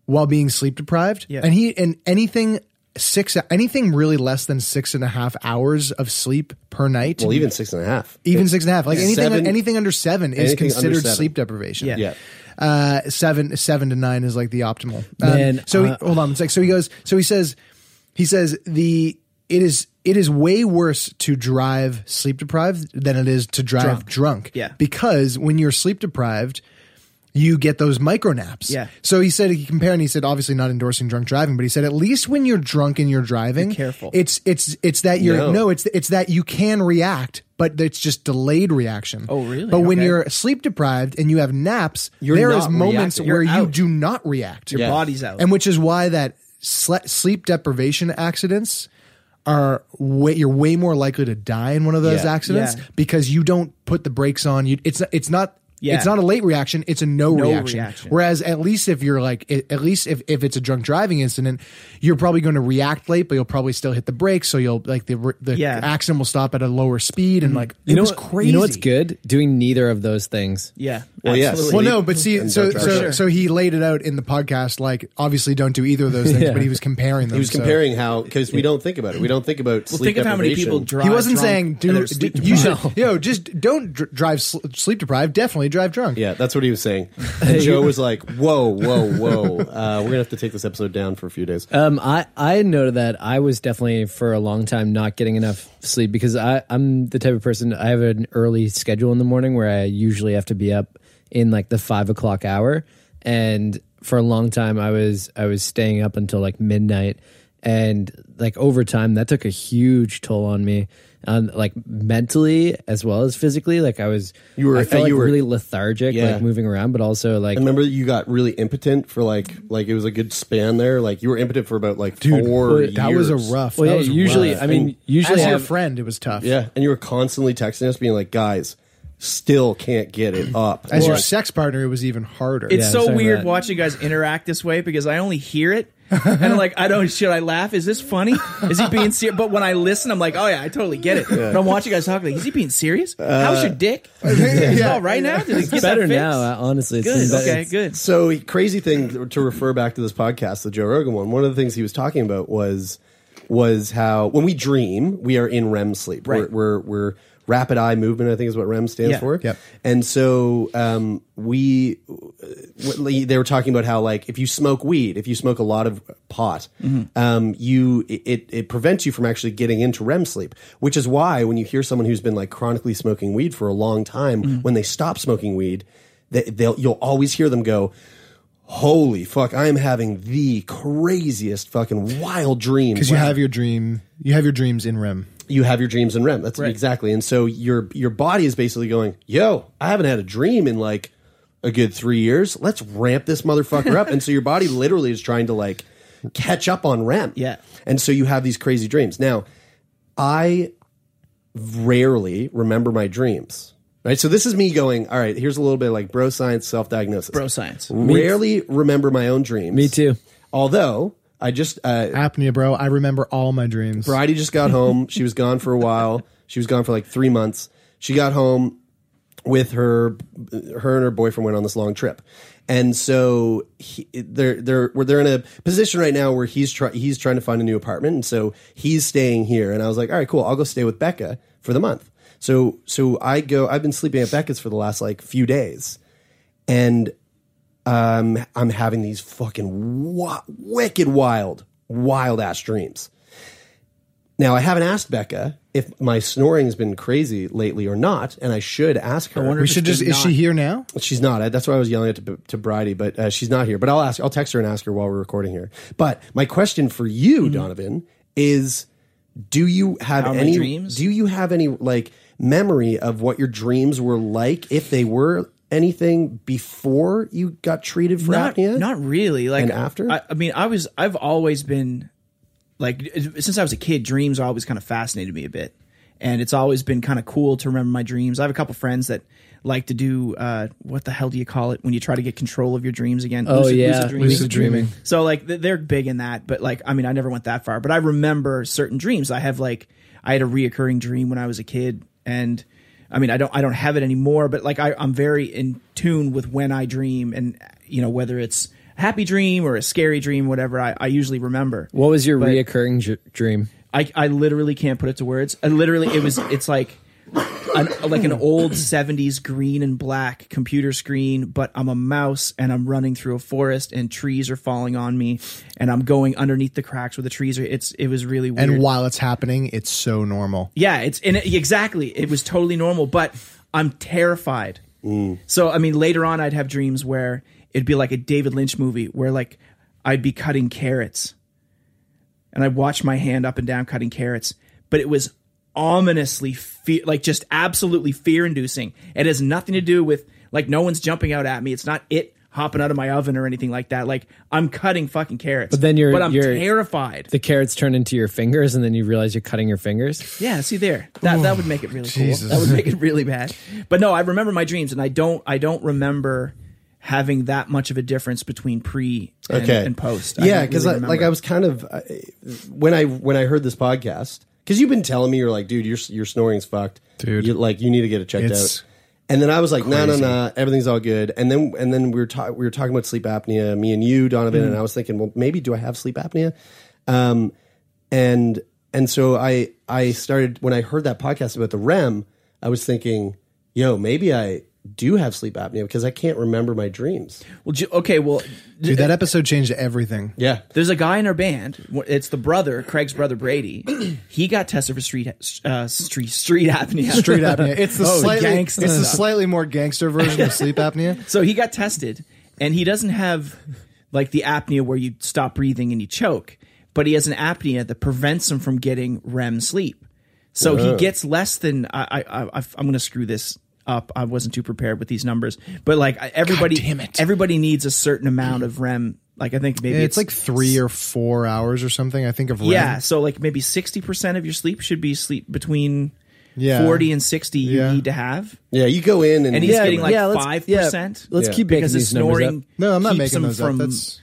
Speaker 2: while being sleep deprived.
Speaker 5: Yeah.
Speaker 2: and he and anything six anything really less than six and a half hours of sleep per night.
Speaker 3: Well, even six and a half.
Speaker 2: Even six and a half, like anything,
Speaker 3: Seven-
Speaker 2: anything under seven is
Speaker 3: Anything under
Speaker 2: considered
Speaker 3: seven.
Speaker 2: sleep deprivation.
Speaker 3: Yeah. Yeah.
Speaker 2: Uh, seven, seven to nine is like the optimal. Um,
Speaker 7: Man,
Speaker 2: so he-
Speaker 7: uh,
Speaker 2: hold on, it's like so he goes, so he says, he says the it is it is way worse to drive sleep deprived than it is to drive
Speaker 5: Drunk.
Speaker 2: drunk.
Speaker 5: Yeah.
Speaker 2: because when you're sleep deprived. You get those micro naps.
Speaker 5: Yeah.
Speaker 2: So he said he compared and he said obviously not endorsing drunk driving, but he said at least when you're drunk and you're driving,
Speaker 5: careful.
Speaker 2: It's it's it's that you're
Speaker 5: No.
Speaker 2: no no, it's it's that you can react, but it's just delayed reaction. Oh, really? But when
Speaker 5: Okay.
Speaker 2: you're sleep deprived and you have naps,
Speaker 5: You're
Speaker 2: there
Speaker 5: not
Speaker 2: is moments
Speaker 5: reacting.
Speaker 2: where
Speaker 5: You're
Speaker 2: you
Speaker 5: out.
Speaker 2: do not react.
Speaker 5: Your Yeah. body's out.
Speaker 2: and which is why that sle- sleep deprivation accidents are way you're way more likely to die in one of those
Speaker 5: Yeah.
Speaker 2: accidents
Speaker 5: Yeah.
Speaker 2: because you don't put the brakes on. You it's it's not.
Speaker 5: Yeah.
Speaker 2: It's not a late reaction; it's a no,
Speaker 5: No
Speaker 2: reaction.
Speaker 5: reaction.
Speaker 2: Whereas, at least if you're like, at at least if, if it's a drunk driving incident, you're probably going to react late, but you'll probably still hit the brakes, so you'll like the the
Speaker 7: Yeah.
Speaker 2: accident will stop at a lower speed,
Speaker 5: Mm-hmm.
Speaker 2: and like
Speaker 7: You
Speaker 2: it
Speaker 7: know
Speaker 2: was
Speaker 7: what-
Speaker 2: crazy.
Speaker 7: You know what's good? Doing neither of those things.
Speaker 5: Yeah.
Speaker 2: Well, no, but see, so so, so he laid it out in the podcast. Like, obviously, don't do either of those [LAUGHS] things.
Speaker 3: Yeah.
Speaker 2: But he was comparing them.
Speaker 3: He was
Speaker 2: so-
Speaker 3: comparing how because we don't think about it. We don't think about.
Speaker 2: Well,
Speaker 3: sleep
Speaker 2: think of how many
Speaker 3: deprivation.
Speaker 2: people drive He wasn't drunk saying, and they're "Dude, sleep dude, you deprived." should- yo, just don't dr- drive sleep deprived. Definitely drive drunk.
Speaker 3: Yeah, that's what he
Speaker 7: [LAUGHS]
Speaker 3: was saying. And Joe was like, "Whoa, whoa, whoa! Uh, we're gonna have to take this episode down for a few days."
Speaker 7: Um, I I noted that I was definitely for a long time not getting enough sleep because I I'm the type of person I have an early schedule in the morning where I usually have to be up in like the five o'clock hour, and for a long time I was I was staying up until like midnight, and like over time that took a huge toll on me, on like mentally as well as physically. Like I was
Speaker 3: You were-
Speaker 7: I felt
Speaker 3: uh, you
Speaker 7: like
Speaker 3: were-
Speaker 7: really lethargic,
Speaker 3: Yeah.
Speaker 7: like moving around, but also like
Speaker 3: I remember that you got really impotent for like like it was a good span there. Like you were impotent for about like
Speaker 2: Dude,
Speaker 3: four.
Speaker 2: that was a
Speaker 3: years.
Speaker 2: rough- Well, that yeah, was usually- rough. I mean,
Speaker 3: And
Speaker 2: usually As your I've- friend, it was tough.
Speaker 3: Yeah, and you were constantly texting us, being like, "Guys, still can't get it up."
Speaker 2: As your
Speaker 3: Like,
Speaker 2: sex partner, it was even harder.
Speaker 5: It's so weird watching you guys interact this way because I only hear it. and I'm like, I don't. Should I laugh? Is this funny? Is he being serious? But when I listen, I'm like, oh yeah, I totally get it.
Speaker 7: Yeah.
Speaker 5: And I'm watching you guys talk like, is he being serious? How's
Speaker 7: Uh,
Speaker 5: your dick? Is it all right now? Did it
Speaker 7: it's
Speaker 5: get that
Speaker 7: better
Speaker 5: fixed?
Speaker 7: now. uh, Honestly, it's been
Speaker 5: Good.
Speaker 7: better.
Speaker 5: Okay. Good.
Speaker 3: So crazy thing to refer back to this podcast, the Joe Rogan one. One of the things he was talking about was was how when we dream, we are in REM sleep.
Speaker 4: Right.
Speaker 3: We're, we're we're rapid eye movement. I think is what REM stands
Speaker 4: Yeah.
Speaker 3: for.
Speaker 4: Yep.
Speaker 3: And so um, we w- they were talking about how like if you smoke weed, if you smoke a lot of pot,
Speaker 4: Mhm.
Speaker 3: um, you it it prevents you from actually getting into REM sleep, which is why when you hear someone who's been like chronically smoking weed for a long time,
Speaker 4: Mhm.
Speaker 3: when they stop smoking weed, they, they'll you'll always hear them go. Holy fuck! I am having the craziest fucking wild dream
Speaker 2: because you have your dream, you have your dreams in REM.
Speaker 3: you have your dreams in REM. That's exactly. And so your your body is basically going, "Yo, I haven't had a dream in like a good 3 years. Let's ramp this motherfucker up." And so your [LAUGHS] body literally is trying to like catch up on REM. Yeah. And so you have these crazy dreams. Now, I rarely remember my dreams. Right? So this is me going, "All right, here's a little bit of, like bro science self-diagnosis." Bro
Speaker 5: science.
Speaker 3: Rarely remember my own dreams. Me too. Although I just uh,
Speaker 2: Apnea, bro. I remember all my dreams.
Speaker 3: Bridie just got home. She was gone for a while. She was gone for like three months. She got home with her, her and her boyfriend went on this long trip, and so he, they're they're where they're in a position right now where he's trying he's trying to find a new apartment, and so he's staying here. And I was like, all right, cool, I'll go stay with Becca for the month. So so I go. I've been sleeping at Becca's for the last like few days, and um, I'm having these fucking wa- wicked wild, wild ass dreams. Now, I haven't asked Becca if my snoring's been crazy lately or not, and I should ask her.
Speaker 2: we should just. Is she here now?
Speaker 3: She's not. I- That's why I was yelling at to, to Bridie, but uh, she's not here. But I'll ask. I'll text her and ask her while we're recording here. But my question for you, Donovan, is: Do you have
Speaker 5: Mm-hmm. How my
Speaker 3: any
Speaker 5: dreams?
Speaker 3: Do you have any like memory of what your dreams were like, if they were anything before you got treated for
Speaker 5: not,
Speaker 3: apnea?
Speaker 5: Not really. Like
Speaker 3: And after?
Speaker 5: I, I mean, I was I've always been like since I was a kid, dreams always kind of fascinated me a bit, and it's always been kind of cool to remember my dreams. I have a couple friends that like to do uh, what the hell do you call it when you try to get control of your dreams again?
Speaker 7: Oh, yeah. Lucid dreaming.
Speaker 5: So like th- they're big in that, but like I mean, I never went that far, but I remember certain dreams. I have like I had a reoccurring dream when I was a kid, and I mean, I don't I don't have it anymore, but like I, I'm very in tune with when I dream, and you know whether it's a happy dream or a scary dream, whatever. I, I usually remember.
Speaker 7: What was your
Speaker 5: But-
Speaker 7: reoccurring j- dream?
Speaker 5: I, I literally can't put it to words. I literally it was it's like an, like an old 70s green and black computer screen, but I'm a mouse and I'm running through a forest and trees are falling on me and I'm going underneath the cracks where the trees are it's it was really weird.
Speaker 2: And while it's happening, it's so normal.
Speaker 5: Yeah, it's and it, exactly. It was totally normal, but I'm terrified. So I mean, later on, I'd have dreams where it'd be like a David Lynch movie, where like I'd be cutting carrots, and I'd watch my hand up and down cutting carrots, but it was ominously fear, like just absolutely fear-inducing. It has nothing to do with like no one's jumping out at me. It's not it hopping out of my oven or anything like that. Like I'm cutting fucking carrots,
Speaker 7: But then you're-
Speaker 5: but I'm
Speaker 7: you're-
Speaker 5: terrified.
Speaker 7: The carrots turn into your fingers, and then you realize you're cutting your fingers.
Speaker 5: Yeah, see there. That that would make it really cool.
Speaker 7: Jesus.
Speaker 5: That would make it really bad. But no, I remember my dreams and I don't I don't remember having that much of a difference between pre and,
Speaker 3: okay.
Speaker 5: and post.
Speaker 3: Yeah,
Speaker 5: don't
Speaker 3: because
Speaker 5: really
Speaker 3: like
Speaker 5: remember.
Speaker 3: I was kind of I, when I when I heard this podcast because you've been telling me you're like, dude, your your snoring's fucked, dude. You, like you need to get it checked
Speaker 4: It's
Speaker 3: out. And then I was like, no, no,
Speaker 4: crazy.
Speaker 3: no, everything's all good. And then and then we were ta- we were talking about sleep apnea, me and you, Donovan,
Speaker 4: Mhm.
Speaker 3: and I was thinking, well, maybe do I have sleep apnea? Um, and and so I I started when I heard that podcast about the REM, I was thinking, yo, maybe I do have sleep apnea because I can't remember my dreams.
Speaker 5: Well, ju- okay, well,
Speaker 2: Dude, that episode changed everything.
Speaker 3: Yeah.
Speaker 5: There's a guy in our band. wh- It's the brother, Craig's brother
Speaker 2: [CLEARS THROAT]
Speaker 5: Brady. He got tested for street uh, street street apnea. [LAUGHS]
Speaker 2: Street [LAUGHS] apnea. It's the
Speaker 5: Oh,
Speaker 2: slightly, it's
Speaker 5: gangsta
Speaker 2: the [LAUGHS]
Speaker 5: stuff.
Speaker 2: slightly more gangster version of sleep apnea.
Speaker 5: So he got tested, and he doesn't have like the apnea where you stop breathing and you choke, but he has an apnea that prevents him from getting REM sleep. So
Speaker 4: Whoa.
Speaker 5: he gets less than I. I, I I've- I'm going to screw this up. I wasn't too prepared with these numbers, but like I- everybody, everybody needs a certain amount of REM. Like I think maybe
Speaker 2: it's, like three or four hours or something. I think of REM.
Speaker 5: yeah. So like maybe sixty percent of your sleep should be sleep between.
Speaker 2: Yeah.
Speaker 5: 40 and 60 you
Speaker 2: Yeah.
Speaker 5: need to have
Speaker 3: Yeah, you go in and,
Speaker 5: and he's getting like
Speaker 7: yeah, let's-
Speaker 5: five percent.
Speaker 7: yeah, let's Yeah. keep
Speaker 5: because
Speaker 7: making
Speaker 5: his
Speaker 7: these numbers
Speaker 5: snoring.
Speaker 7: up. No, I'm not
Speaker 5: keeps
Speaker 7: making
Speaker 5: him
Speaker 7: those up.
Speaker 5: From,
Speaker 7: That's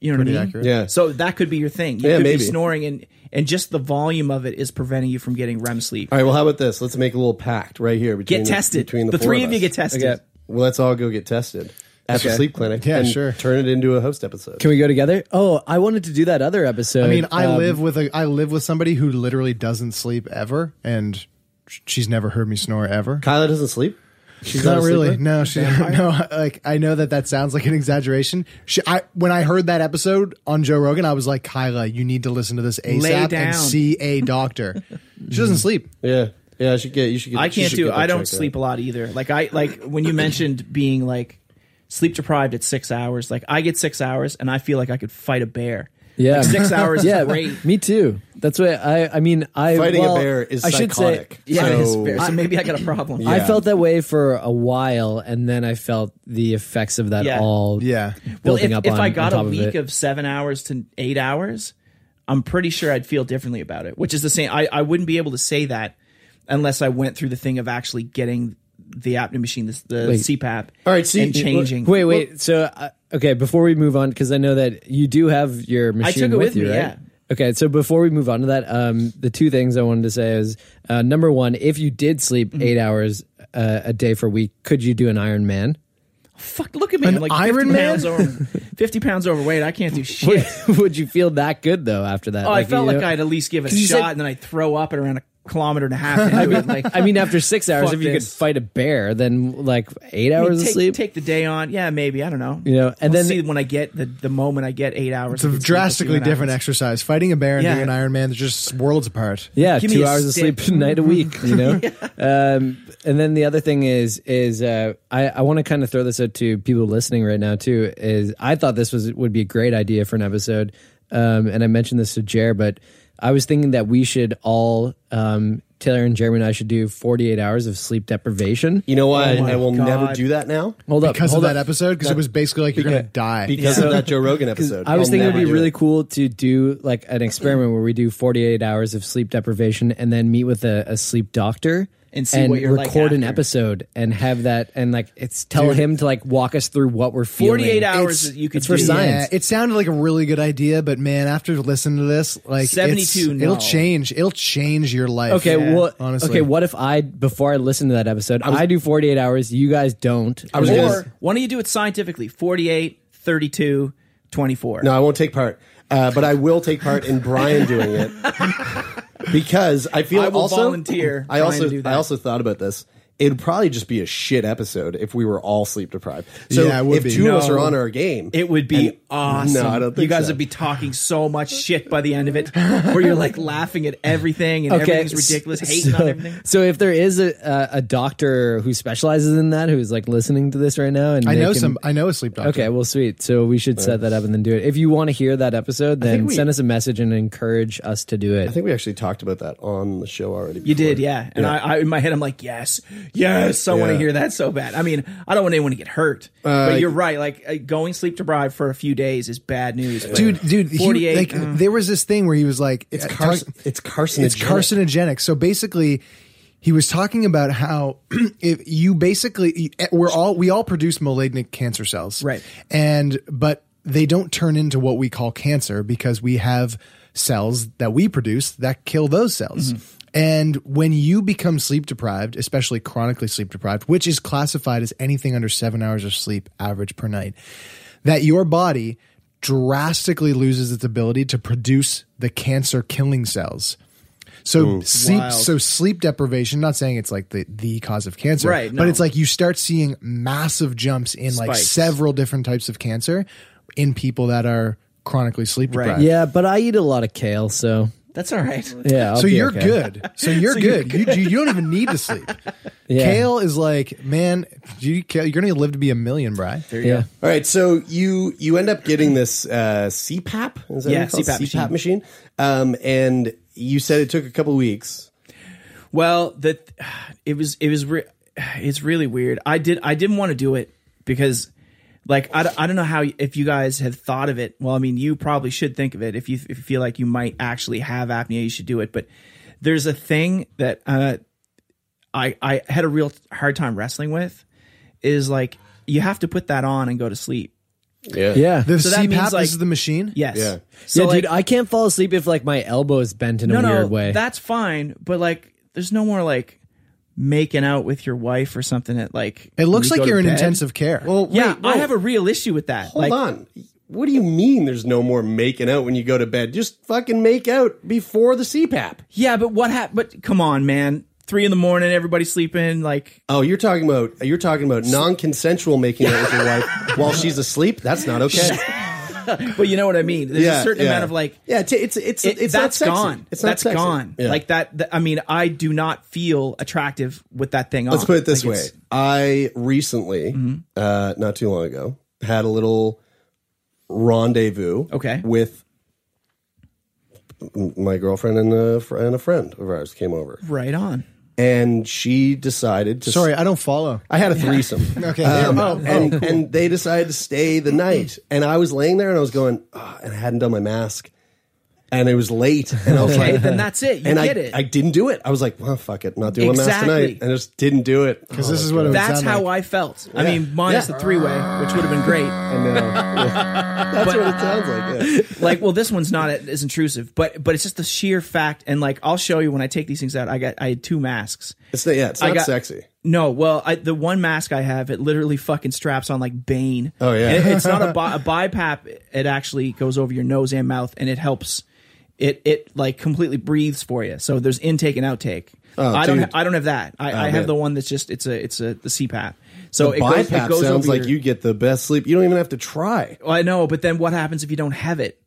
Speaker 5: you know what I
Speaker 7: pretty
Speaker 5: mean?
Speaker 7: accurate. Yeah.
Speaker 5: So that could be your thing. You
Speaker 3: Yeah,
Speaker 5: could
Speaker 3: maybe.
Speaker 5: be snoring, and and just the volume of it is preventing you from getting REM sleep.
Speaker 3: All right. Well, how about this? Let's make a little pact right here. Between
Speaker 5: Get tested.
Speaker 3: The, between the,
Speaker 5: The
Speaker 3: four
Speaker 5: three of
Speaker 3: us.
Speaker 5: you get tested. Okay.
Speaker 3: Well, let's all go get tested. at the
Speaker 7: Okay.
Speaker 3: sleep clinic.
Speaker 7: Yeah,
Speaker 3: and
Speaker 7: sure.
Speaker 3: Turn it into a host episode.
Speaker 7: Can we go together? Oh, I wanted to do that other episode.
Speaker 2: I mean, I
Speaker 7: Um,
Speaker 2: live with a I live with somebody who literally doesn't sleep ever, and sh- she's never heard me snore ever.
Speaker 3: Kyla doesn't sleep.
Speaker 2: She's
Speaker 3: not
Speaker 2: not
Speaker 3: a
Speaker 2: really.
Speaker 3: sleeper?
Speaker 2: No, she [LAUGHS] no. Like I know that that sounds like an exaggeration. She, I when I heard that episode on Joe Rogan, I was like, Kyla, you need to listen to this ASAP
Speaker 5: down.
Speaker 2: and see a [LAUGHS] doctor. she doesn't sleep.
Speaker 3: Yeah, yeah. I should get. You should. Get,
Speaker 5: I
Speaker 3: you
Speaker 5: can't
Speaker 3: should
Speaker 5: do.
Speaker 3: get that
Speaker 5: I don't
Speaker 3: checked out.
Speaker 5: sleep a lot either. Like I like when you mentioned being like sleep deprived at six hours. Like I get six hours and I feel like I could fight a bear.
Speaker 7: Yeah,
Speaker 5: Like,
Speaker 7: [LAUGHS]
Speaker 5: six hours.
Speaker 7: Yeah,
Speaker 5: is great.
Speaker 7: me too. That's why I. I mean, I
Speaker 3: Fighting a
Speaker 7: well,
Speaker 3: bear is
Speaker 7: I should
Speaker 3: psychotic.
Speaker 7: Say,
Speaker 5: Yeah, it is
Speaker 7: so-
Speaker 5: fair. so maybe I got a problem.
Speaker 7: I felt that way for a while, and then I felt the effects of that
Speaker 5: Yeah.
Speaker 7: all.
Speaker 2: Yeah,
Speaker 5: well,
Speaker 7: building
Speaker 5: if,
Speaker 7: up
Speaker 5: if
Speaker 7: on,
Speaker 5: I got
Speaker 7: on
Speaker 5: a
Speaker 7: top of
Speaker 5: week
Speaker 7: it.
Speaker 5: of, seven hours to eight hours, I'm pretty sure I'd feel differently about it. Which is the same. I, I wouldn't be able to say that unless I went through the thing of actually getting the apnea machine, the, the
Speaker 7: Wait.
Speaker 5: CPAP,
Speaker 7: All
Speaker 3: right,
Speaker 7: see-
Speaker 5: and changing.
Speaker 7: Wait, wait. so, uh, okay, before we move on, because I know that you do have your machine
Speaker 5: took it with
Speaker 7: you,
Speaker 5: me,
Speaker 7: right?
Speaker 5: yeah.
Speaker 7: Okay, so before we move on to that, um, the two things I wanted to say is uh, number one, if you did sleep eight hours uh, a day for a week, could you do an Iron Man?
Speaker 5: Fuck, look at me.
Speaker 7: An
Speaker 5: I'm like
Speaker 7: Iron
Speaker 5: 50
Speaker 7: Man?
Speaker 5: pounds over, 50 pounds overweight. I
Speaker 7: [LAUGHS]
Speaker 5: can't do shit.
Speaker 7: Would you feel that good though after that?
Speaker 5: Oh, I felt
Speaker 7: you
Speaker 5: like
Speaker 7: know-
Speaker 5: I'd at least give it a
Speaker 7: 'Cause you
Speaker 5: shot,
Speaker 7: said-
Speaker 5: and then I'd throw up at around a kilometer and a
Speaker 7: [LAUGHS]
Speaker 5: half. Into it. Like,
Speaker 7: I mean, after six hours,
Speaker 5: Fuck
Speaker 7: if you could
Speaker 5: this.
Speaker 7: fight a bear, then like eight
Speaker 5: I mean,
Speaker 7: hours
Speaker 5: take,
Speaker 7: of sleep.
Speaker 5: Take the day on, yeah, maybe I don't know.
Speaker 7: You know, and
Speaker 5: We'll
Speaker 7: then-
Speaker 5: see when I get the the moment I get eight hours.
Speaker 2: It's a drastically different exercise. Fighting a bear and
Speaker 5: Yeah.
Speaker 2: doing an Iron Man, they're just worlds apart.
Speaker 7: Yeah, two hours of sleep a night a week, you know? um, and then the other thing is, is uh, I, I want to kind of throw this out to people listening right now, too, is I thought this was would be a great idea for an episode. Um, and I mentioned this to Jer, but I was thinking that we should all, um, Taylor and Jeremy and I should do 48 hours of sleep deprivation.
Speaker 3: [LAUGHS] You know why
Speaker 7: Oh
Speaker 3: I will never do that now?
Speaker 7: Hold up.
Speaker 2: because
Speaker 7: hold
Speaker 2: of
Speaker 7: up.
Speaker 2: that episode, because it was basically like you're gonna die
Speaker 3: Because of that Joe
Speaker 7: [LAUGHS]
Speaker 3: Rogan episode.
Speaker 7: I was
Speaker 3: I'll
Speaker 7: thinking it'd
Speaker 3: never
Speaker 7: be
Speaker 3: do
Speaker 7: really cool to do like an experiment where we do 48 hours of sleep deprivation and then meet with a, a sleep doctor
Speaker 5: And see what you're like
Speaker 7: record an
Speaker 5: after.
Speaker 7: episode and have that and like it's tell
Speaker 2: Dude.
Speaker 7: him to like walk us through what we're feeling.
Speaker 5: 48 hours
Speaker 2: It's-
Speaker 5: that you could
Speaker 7: it's for
Speaker 5: do.
Speaker 7: science.
Speaker 2: Yeah, it sounded like a really good idea, but man, after listening to this, like it's-
Speaker 5: 72, no.
Speaker 2: it'll change. It'll change your life.
Speaker 7: Okay, well,
Speaker 2: honestly,
Speaker 7: okay. What if I before I listen to that episode, I, do 48 hours. You guys don't.
Speaker 3: I was gonna
Speaker 5: Or why don't you do it scientifically? 48, 32, 24.
Speaker 3: No, I won't take part. Uh, but I will take part in Brian doing
Speaker 5: [LAUGHS]
Speaker 3: it because I feel
Speaker 5: I will
Speaker 3: also
Speaker 5: volunteer
Speaker 3: I
Speaker 5: Brian
Speaker 3: also
Speaker 5: to do that.
Speaker 3: I also thought about this. It'd probably just be a shit episode if we were all sleep deprived. So
Speaker 2: Yeah, it would
Speaker 3: if
Speaker 2: be.
Speaker 3: two of us
Speaker 5: No.
Speaker 3: are on our game,
Speaker 5: It would be
Speaker 3: and-
Speaker 5: awesome.
Speaker 3: No, I don't think
Speaker 5: you guys
Speaker 3: so.
Speaker 5: would be talking so much shit by the end of it, where you're like laughing at everything
Speaker 7: [LAUGHS]
Speaker 5: and everything's
Speaker 7: s-
Speaker 5: ridiculous, hating
Speaker 7: so,
Speaker 5: on everything.
Speaker 7: So if there is a, a a doctor who specializes in that who's like listening to this right now, and
Speaker 2: I
Speaker 7: they
Speaker 2: know
Speaker 7: can-
Speaker 2: some. I know a sleep doctor.
Speaker 7: Okay, well, sweet. So we should set that up and then do it. If you want to hear that episode, then
Speaker 3: think we-
Speaker 7: send us a message and encourage us to do
Speaker 3: I
Speaker 7: it.
Speaker 3: think we actually talked about that on the show already.
Speaker 5: You
Speaker 3: before.
Speaker 5: did, yeah. And I, I, in my head, I'm like, yes, yes, I want to
Speaker 3: Yeah.
Speaker 5: hear that so bad. I mean, I don't want anyone to get hurt, but you're right. Like uh, going sleep deprived for a few days is bad news, but mm,
Speaker 2: dude, dude. he-
Speaker 5: 48.
Speaker 2: like uh, there was this thing where he was like,
Speaker 3: It's
Speaker 2: uh,
Speaker 3: car-
Speaker 2: talk-
Speaker 3: it's carcinogenic.
Speaker 2: it's carcinogenic. So basically, he was talking about how [CLEARS THROAT] if you basically eh, we're all we all produce malignant cancer cells,
Speaker 5: Right.
Speaker 2: And but they don't turn into what we call cancer because we have cells that we produce that kill those cells. And when you become sleep deprived, especially chronically sleep deprived, which is classified as anything under seven hours of sleep average per night, that your body drastically loses its ability to produce the cancer killing cells. So sleep
Speaker 5: Wild.
Speaker 2: so sleep deprivation, not saying it's like the, the cause of cancer,
Speaker 5: Right, no.
Speaker 2: but it's like you start seeing massive jumps in like
Speaker 5: Spikes.
Speaker 2: several different types of cancer in people that are chronically sleep deprived.
Speaker 7: Yeah, Uh, but I eat a lot of kale, so
Speaker 5: that's all right.
Speaker 7: yeah. I'll
Speaker 2: So
Speaker 7: be
Speaker 2: you're
Speaker 7: okay.
Speaker 2: good.
Speaker 7: [LAUGHS]
Speaker 2: So you're
Speaker 5: So you're
Speaker 2: good. You, you don't even need to sleep.
Speaker 7: Yeah.
Speaker 2: Kale is like, man, you, kale, you're going to live to be a million, Bry.
Speaker 7: Yeah.
Speaker 3: All right, so you you end up getting this uh, CPAP, is that
Speaker 5: Yeah,
Speaker 3: what it's called?
Speaker 5: CPAP
Speaker 3: CPAP machine, um, and you said it took a couple weeks.
Speaker 5: Well, that it was it was re- it's really weird. I did I didn't want to do it because like I, d- I don't know how if you guys have thought of it. Well, I mean, you probably should think of it if you, if you feel like you might actually have apnea, you should do it. But there's a thing that uh, I I had a real hard time wrestling with is like you have to put that on and go to sleep.
Speaker 7: Yeah.
Speaker 2: The
Speaker 5: So that
Speaker 2: CPAP,
Speaker 5: means, like-
Speaker 2: this is the machine?
Speaker 5: Yes.
Speaker 3: Yeah.
Speaker 7: yeah,
Speaker 5: like,
Speaker 7: dude, I can't fall asleep if like my elbow is bent in a weird way.
Speaker 5: That's fine, but like, there's no more like making out with your wife or something at like
Speaker 2: It looks
Speaker 5: when
Speaker 2: like
Speaker 5: go
Speaker 2: you're
Speaker 5: to
Speaker 2: in
Speaker 5: bed.
Speaker 2: intensive care.
Speaker 3: Well,
Speaker 5: yeah,
Speaker 3: wait,
Speaker 5: I
Speaker 3: whoa.
Speaker 5: have a real issue with that.
Speaker 3: Hold
Speaker 5: Like,
Speaker 3: on. What do you mean there's no more making out when you go to bed? Just fucking make out before the CPAP.
Speaker 5: Yeah, but what happened? But come on, man. Three in the morning, everybody's sleeping. Like,
Speaker 3: oh, you're talking about you're talking about non-consensual making out with
Speaker 5: [LAUGHS]
Speaker 3: your wife while she's asleep. That's not okay.
Speaker 5: but you know what I mean. There's
Speaker 3: Yeah,
Speaker 5: a certain
Speaker 3: yeah.
Speaker 5: amount of like,
Speaker 3: yeah, it's it's it's
Speaker 5: it,
Speaker 3: it's not
Speaker 5: that's
Speaker 3: sexy.
Speaker 5: gone.
Speaker 3: It's
Speaker 5: It's
Speaker 3: not
Speaker 5: that's
Speaker 3: sexy.
Speaker 5: gone.
Speaker 3: Yeah.
Speaker 5: Like that, th- I mean, I do not feel attractive with that thing on.
Speaker 3: Let's put it this
Speaker 5: Like,
Speaker 3: way.
Speaker 5: it's-
Speaker 3: I recently,
Speaker 5: Mm-hmm.
Speaker 3: uh, not too long ago, had a little rendezvous
Speaker 5: okay.
Speaker 3: with m- my girlfriend and a, fr- and a friend of ours came over.
Speaker 5: Right on.
Speaker 3: And she decided to.
Speaker 2: Sorry, I don't follow.
Speaker 3: I had a threesome.
Speaker 5: [LAUGHS]
Speaker 2: Okay.
Speaker 3: Um,
Speaker 2: Oh, oh,
Speaker 3: and,
Speaker 2: cool.
Speaker 3: and they decided to stay the night. And I was laying there and I was going, "Ah," and I hadn't done my mask. And it was late. And I was
Speaker 5: Okay,
Speaker 3: like,
Speaker 5: then that's it. You
Speaker 3: and
Speaker 5: get
Speaker 3: I,
Speaker 5: it.
Speaker 3: I didn't do it. I was like, well, fuck it. I'm not doing
Speaker 5: Exactly.
Speaker 3: my mask tonight. And I just didn't do it. Because
Speaker 2: this is what it would
Speaker 5: That's
Speaker 2: sound
Speaker 5: how
Speaker 2: like.
Speaker 5: I felt. I mean, minus
Speaker 3: Yeah.
Speaker 5: the three way, which would have been great.
Speaker 3: I know. uh, [LAUGHS] That's what it sounds like. yeah.
Speaker 5: like, well, this one's not as intrusive, but but it's just the sheer fact. And like, I'll show you when I take these things out. I got I had two masks.
Speaker 3: It's not, yeah, it's
Speaker 5: I
Speaker 3: not
Speaker 5: got-
Speaker 3: sexy.
Speaker 5: No, well, I, the one mask I have, it literally fucking straps on like Bane.
Speaker 3: Oh, yeah.
Speaker 5: And it's
Speaker 3: [LAUGHS]
Speaker 5: not a, bi- a BiPAP. It actually goes over your nose and mouth, and it helps. It it like completely breathes for you. So there's intake and outtake.
Speaker 3: Oh,
Speaker 5: I don't
Speaker 3: dude.
Speaker 5: ha- I don't have that. I,
Speaker 3: Oh,
Speaker 5: I have
Speaker 3: man.
Speaker 5: the one that's just it's a it's a the CPAP. So
Speaker 3: the
Speaker 5: it goes, it
Speaker 3: BiPAP
Speaker 5: goes
Speaker 3: sounds
Speaker 5: over
Speaker 3: like
Speaker 5: your-
Speaker 3: you get the best sleep. You don't even have to try.
Speaker 5: Well, I know, but then what happens if you don't have it?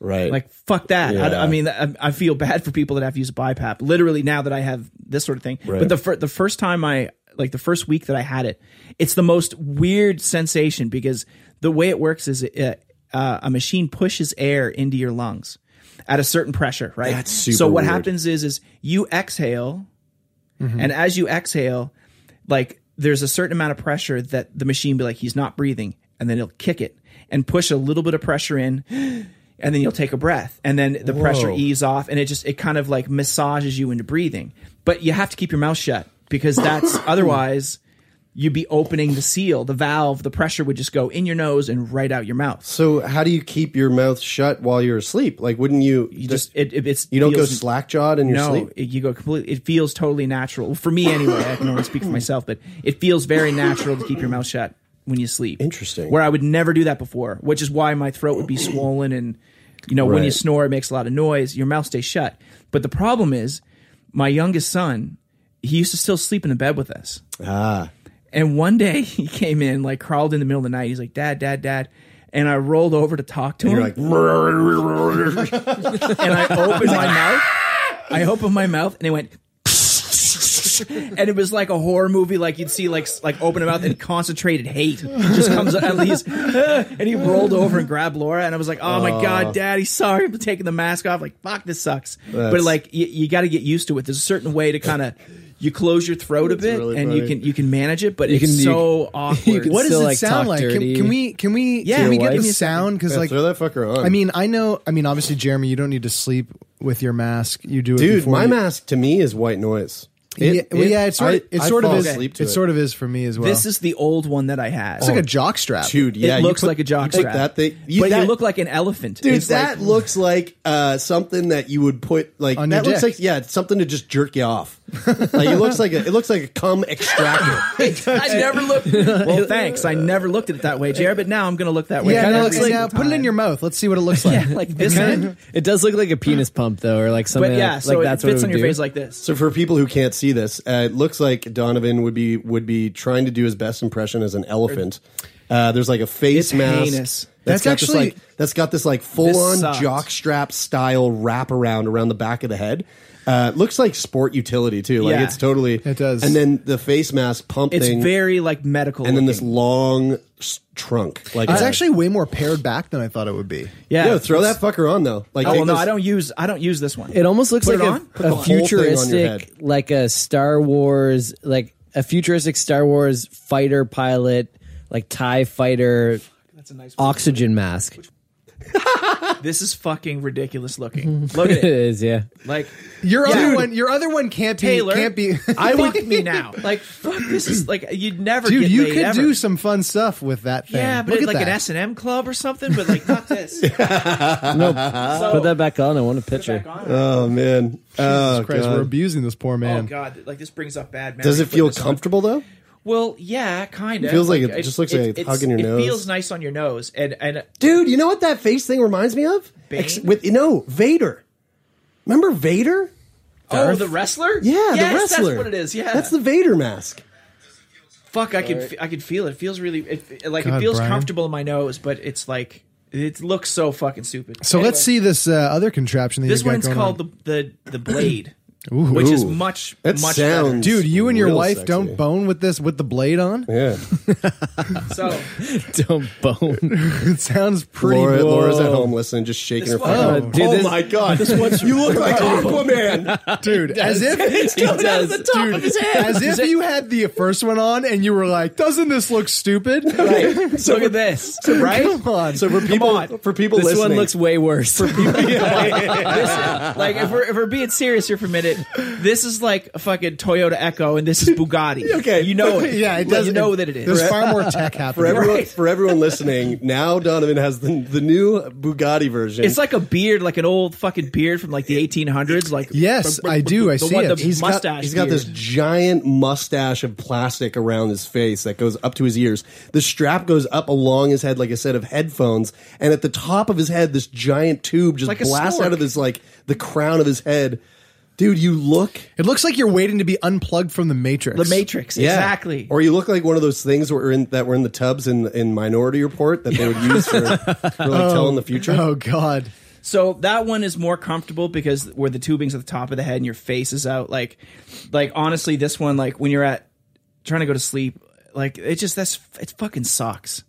Speaker 3: Right.
Speaker 5: Like fuck that.
Speaker 3: Yeah.
Speaker 5: I, I mean, I, I feel bad for people that have to use a BiPAP. Literally now that I have this sort of thing.
Speaker 3: Right.
Speaker 5: But the fir- the first time I like the first week that I had it, it's the most weird sensation because the way it works is uh, uh, a machine pushes air into your lungs at a certain pressure, right?
Speaker 3: That's super
Speaker 5: so what
Speaker 3: weird.
Speaker 5: happens is is you exhale, and as you exhale, like there's a certain amount of pressure that the machine be like he's not breathing, and then it'll kick it and push a little bit of pressure in. And then you'll take a breath, and then the pressure
Speaker 3: Whoa.
Speaker 5: ease off, and it just it kind of like massages you into breathing. But you have to keep your mouth shut because
Speaker 3: [COUGHS]
Speaker 5: that's otherwise you'd be opening the seal, the valve, the pressure would just go in your nose and right out your mouth.
Speaker 3: So how do you keep your mouth shut while you're asleep? Like, wouldn't you?
Speaker 5: You just it, it it's
Speaker 3: you don't go
Speaker 5: feels-
Speaker 3: slack jawed in your
Speaker 5: no,
Speaker 3: sleep.
Speaker 5: it- you go completely. It feels totally natural for me anyway. I can only speak for myself, but it feels very natural to keep your mouth shut when you sleep.
Speaker 3: Interesting.
Speaker 5: Where I would never do that before, which is why my throat would be swollen and you know when you
Speaker 3: Right.
Speaker 5: snore it makes a lot of noise. Your mouth stays shut. But the problem is, my youngest son, he used to still sleep in the bed with us.
Speaker 3: Ah,
Speaker 5: And one day [LAUGHS] he came in, like crawled in the middle of the night. He's like, "Dad, Dad, Dad," and I rolled over to talk to
Speaker 3: you're
Speaker 5: him,
Speaker 3: like. That's
Speaker 5: and I opened
Speaker 7: [LAUGHS]
Speaker 5: my mouth. I opened my mouth, and it went. [LAUGHS] And it was like a horror movie, like you'd see, like like open mouth and concentrated hate just comes out. And he's, "Ah," [LAUGHS] and he rolled over and grabbed Laura, and I was like, "Oh my god, Daddy, sorry for taking the mask off." Like, fuck, this sucks. but
Speaker 3: That's-
Speaker 5: like, you, you got to get used to it. There's a certain way to kind of you close your throat a bit,
Speaker 3: really
Speaker 5: and you
Speaker 3: funny.
Speaker 5: can you can manage it. But
Speaker 7: You
Speaker 5: it's
Speaker 7: can- you-
Speaker 5: so awkward.
Speaker 7: you can [LAUGHS]
Speaker 2: What does
Speaker 7: still,
Speaker 2: it
Speaker 7: like,
Speaker 2: sound
Speaker 7: talk
Speaker 2: like? Can,
Speaker 7: dirty.
Speaker 2: can we can we
Speaker 5: Yeah,
Speaker 2: can we
Speaker 5: your
Speaker 2: get
Speaker 5: wife?
Speaker 2: the sound? Because like
Speaker 3: throw that fucker on.
Speaker 2: I mean, I know. I mean, obviously, Jeremy, you don't need to sleep with your mask. You do, it
Speaker 3: dude,
Speaker 2: before
Speaker 3: my
Speaker 2: you-
Speaker 3: mask to me is white noise.
Speaker 2: yeah, well, yeah, it's sort,
Speaker 3: I-
Speaker 2: of it's
Speaker 3: I
Speaker 2: sort of
Speaker 3: fall
Speaker 2: is.
Speaker 3: asleep
Speaker 2: It,
Speaker 3: to
Speaker 2: sort of is for me as well.
Speaker 5: This is the old one that I had.
Speaker 2: it's like a jock strap.
Speaker 3: dude. Yeah,
Speaker 5: it
Speaker 3: you
Speaker 5: looks
Speaker 3: put-
Speaker 5: like a jockstrap.
Speaker 3: you put that thing.
Speaker 5: but
Speaker 3: that,
Speaker 5: you look like an elephant.
Speaker 3: Dude,
Speaker 5: It's
Speaker 3: that
Speaker 5: like-
Speaker 3: looks like uh, something that you would put like
Speaker 2: On
Speaker 3: that
Speaker 2: your
Speaker 3: looks
Speaker 2: dick.
Speaker 3: like yeah, it's something to just jerk you [LAUGHS] off. like it looks like a it looks like a cum extractor. [LAUGHS]
Speaker 5: I never looked. [LAUGHS] Well, thanks. I never looked at it that way, Jared. But now I'm going to look that way.
Speaker 2: Yeah,
Speaker 5: every
Speaker 2: no, looks like,
Speaker 5: single
Speaker 2: now, put it in
Speaker 5: time.
Speaker 2: your mouth. Let's see what it looks like.
Speaker 5: Yeah, [LAUGHS] like this end.
Speaker 7: It does look like a penis pump though, or like something.
Speaker 5: But yeah,
Speaker 7: like,
Speaker 5: so
Speaker 7: like
Speaker 5: it
Speaker 7: that's what
Speaker 5: fits on
Speaker 7: would
Speaker 5: your
Speaker 7: do.
Speaker 5: face like this.
Speaker 3: so for people who can't see this, uh, it looks like Donovan would be would be trying to do his best impression as an elephant. Uh, there's like a face
Speaker 5: It's
Speaker 3: mask.
Speaker 5: heinous.
Speaker 2: That's
Speaker 3: that's got
Speaker 2: actually-
Speaker 3: this like that's got this like full on
Speaker 5: This sucked.
Speaker 3: jockstrap style wraparound around the back of the head. Uh, it looks like sport utility too. Like
Speaker 5: Yeah.
Speaker 3: it's totally
Speaker 2: It does.
Speaker 3: And then the face mask pump
Speaker 5: It's
Speaker 3: thing.
Speaker 5: very like medical.
Speaker 3: and then this
Speaker 5: looking.
Speaker 3: long s- trunk. Like
Speaker 2: It's
Speaker 3: uh,
Speaker 2: actually way more pared back than I thought it would be.
Speaker 5: yeah.
Speaker 3: yo, throw that fucker on though. Like
Speaker 5: Oh
Speaker 3: take
Speaker 5: well, no,
Speaker 3: this-
Speaker 5: I don't use. I don't use this one.
Speaker 7: It almost looks
Speaker 5: Put it
Speaker 7: like
Speaker 5: on?
Speaker 7: a,
Speaker 3: the
Speaker 7: a
Speaker 3: whole thing on your head.
Speaker 7: futuristic, like a Star Wars, like a futuristic Star Wars fighter pilot, like Tie fighter
Speaker 5: That's a nice.
Speaker 7: oxygen mask.
Speaker 5: this is fucking ridiculous
Speaker 7: [LAUGHS]
Speaker 5: looking. Look at
Speaker 7: it
Speaker 5: it.
Speaker 7: is, yeah.
Speaker 5: Like
Speaker 2: Your
Speaker 5: Yeah.
Speaker 2: other
Speaker 5: Dude.
Speaker 2: one, your other one can't be
Speaker 5: Taylor
Speaker 2: can't be.
Speaker 3: [LAUGHS]
Speaker 5: I
Speaker 2: [LAUGHS]
Speaker 5: fuck me now. Like fuck this is like you'd never
Speaker 2: dude,
Speaker 5: get
Speaker 2: you
Speaker 5: laid
Speaker 2: could
Speaker 5: ever.
Speaker 2: do some fun stuff with that thing.
Speaker 5: Yeah, but
Speaker 2: Look
Speaker 5: it-
Speaker 2: at
Speaker 5: like
Speaker 2: that.
Speaker 5: an S and M club or something. But like not
Speaker 3: [LAUGHS]
Speaker 5: this.
Speaker 7: No, put that back on. I want a picture.
Speaker 3: Oh man, Jesus
Speaker 2: Jesus Christ, we're abusing this poor
Speaker 5: Oh
Speaker 2: man.
Speaker 5: god, like this brings up bad.
Speaker 3: Does
Speaker 5: memories
Speaker 3: it
Speaker 5: with
Speaker 3: feel
Speaker 5: this one.
Speaker 3: comfortable though?
Speaker 5: Well, yeah, kind of.
Speaker 3: It feels like it just looks like it's hugging your
Speaker 5: it
Speaker 3: nose.
Speaker 5: feels nice on your nose, and and
Speaker 3: Dude, you know what that face thing reminds me of?
Speaker 5: Bane?
Speaker 3: with you know Vader. Remember Vader?
Speaker 5: oh, the wrestler.
Speaker 3: Yeah,
Speaker 5: yes,
Speaker 3: the wrestler.
Speaker 5: That's what it is. Yeah,
Speaker 3: that's the Vader mask.
Speaker 5: fuck. I can fe- I can feel it. It feels really. It, it- like it
Speaker 2: God,
Speaker 5: feels
Speaker 2: Brian.
Speaker 5: comfortable in my nose, but it's like it looks so fucking stupid.
Speaker 2: So
Speaker 5: Anyway,
Speaker 2: let's see this uh, other contraption. That
Speaker 5: This
Speaker 2: he's got
Speaker 5: one's
Speaker 2: going
Speaker 5: called
Speaker 2: on.
Speaker 5: the the the
Speaker 3: [CLEARS THROAT]
Speaker 5: blade,
Speaker 2: Ooh.
Speaker 5: which is
Speaker 2: Ooh.
Speaker 5: much
Speaker 3: That
Speaker 5: much better.
Speaker 3: sounds-
Speaker 2: Dude, you and your
Speaker 3: Real
Speaker 2: wife
Speaker 3: sexy.
Speaker 2: don't bone with this with the blade
Speaker 3: [LAUGHS]
Speaker 2: on.
Speaker 3: Yeah,
Speaker 5: So
Speaker 7: Dumb bone.
Speaker 2: [LAUGHS] it sounds pretty.
Speaker 3: Laura,
Speaker 2: Whoa.
Speaker 3: Laura's at home listening, just shaking her.
Speaker 5: This
Speaker 3: fucking
Speaker 5: one-
Speaker 3: head.
Speaker 7: Oh, dude,
Speaker 3: oh
Speaker 7: this-
Speaker 3: my god, this one's you look like Aquaman. [LAUGHS]
Speaker 2: dude. As if [LAUGHS]
Speaker 7: It's coming out of the
Speaker 2: dude, as if you had the first one on and you were like, "Doesn't this look stupid?"
Speaker 5: right. look at this. Right.
Speaker 2: [LAUGHS] Come on.
Speaker 3: So for people,
Speaker 5: on.
Speaker 3: for people
Speaker 7: This
Speaker 3: listening,
Speaker 7: one looks way worse.
Speaker 5: This- like if we're if we're being serious here for a minute, this is like a fucking Toyota Echo, and this is Bugatti.
Speaker 3: Okay.
Speaker 5: you know it.
Speaker 2: yeah, it
Speaker 5: Like,
Speaker 2: does
Speaker 5: you know that it is.
Speaker 2: There's far more tech
Speaker 3: for
Speaker 2: happening.
Speaker 3: everyone,
Speaker 5: right.
Speaker 3: for everyone listening. Now Donovan has the the new Bugatti version.
Speaker 5: It's like a beard, like an old fucking beard from like the 1800s. Like
Speaker 2: Yes, I do. I
Speaker 5: the
Speaker 2: see
Speaker 5: one-
Speaker 2: it.
Speaker 5: The
Speaker 2: He's got-
Speaker 5: mustache.
Speaker 3: He's got this
Speaker 5: beard.
Speaker 3: giant mustache of plastic around his face that goes up to his ears. The strap goes up along his head like a set of headphones, and at the top of his head, this giant tube just
Speaker 5: Like a
Speaker 3: blasts
Speaker 5: stork.
Speaker 3: out of his like the crown of his head. Dude, you look
Speaker 2: It looks like you're waiting to be unplugged from the Matrix.
Speaker 5: The Matrix,
Speaker 3: yeah.
Speaker 5: exactly.
Speaker 3: or you look like one of those things were in that were in the tubs in in Minority Report that they would use for, for
Speaker 5: [LAUGHS]
Speaker 3: like telling the future.
Speaker 2: Oh God.
Speaker 5: so that one is more comfortable because where the tubing's at the top of the head and your face is out. Like, like honestly, this one, like when you're at trying to go to sleep, like it just that's it fucking sucks.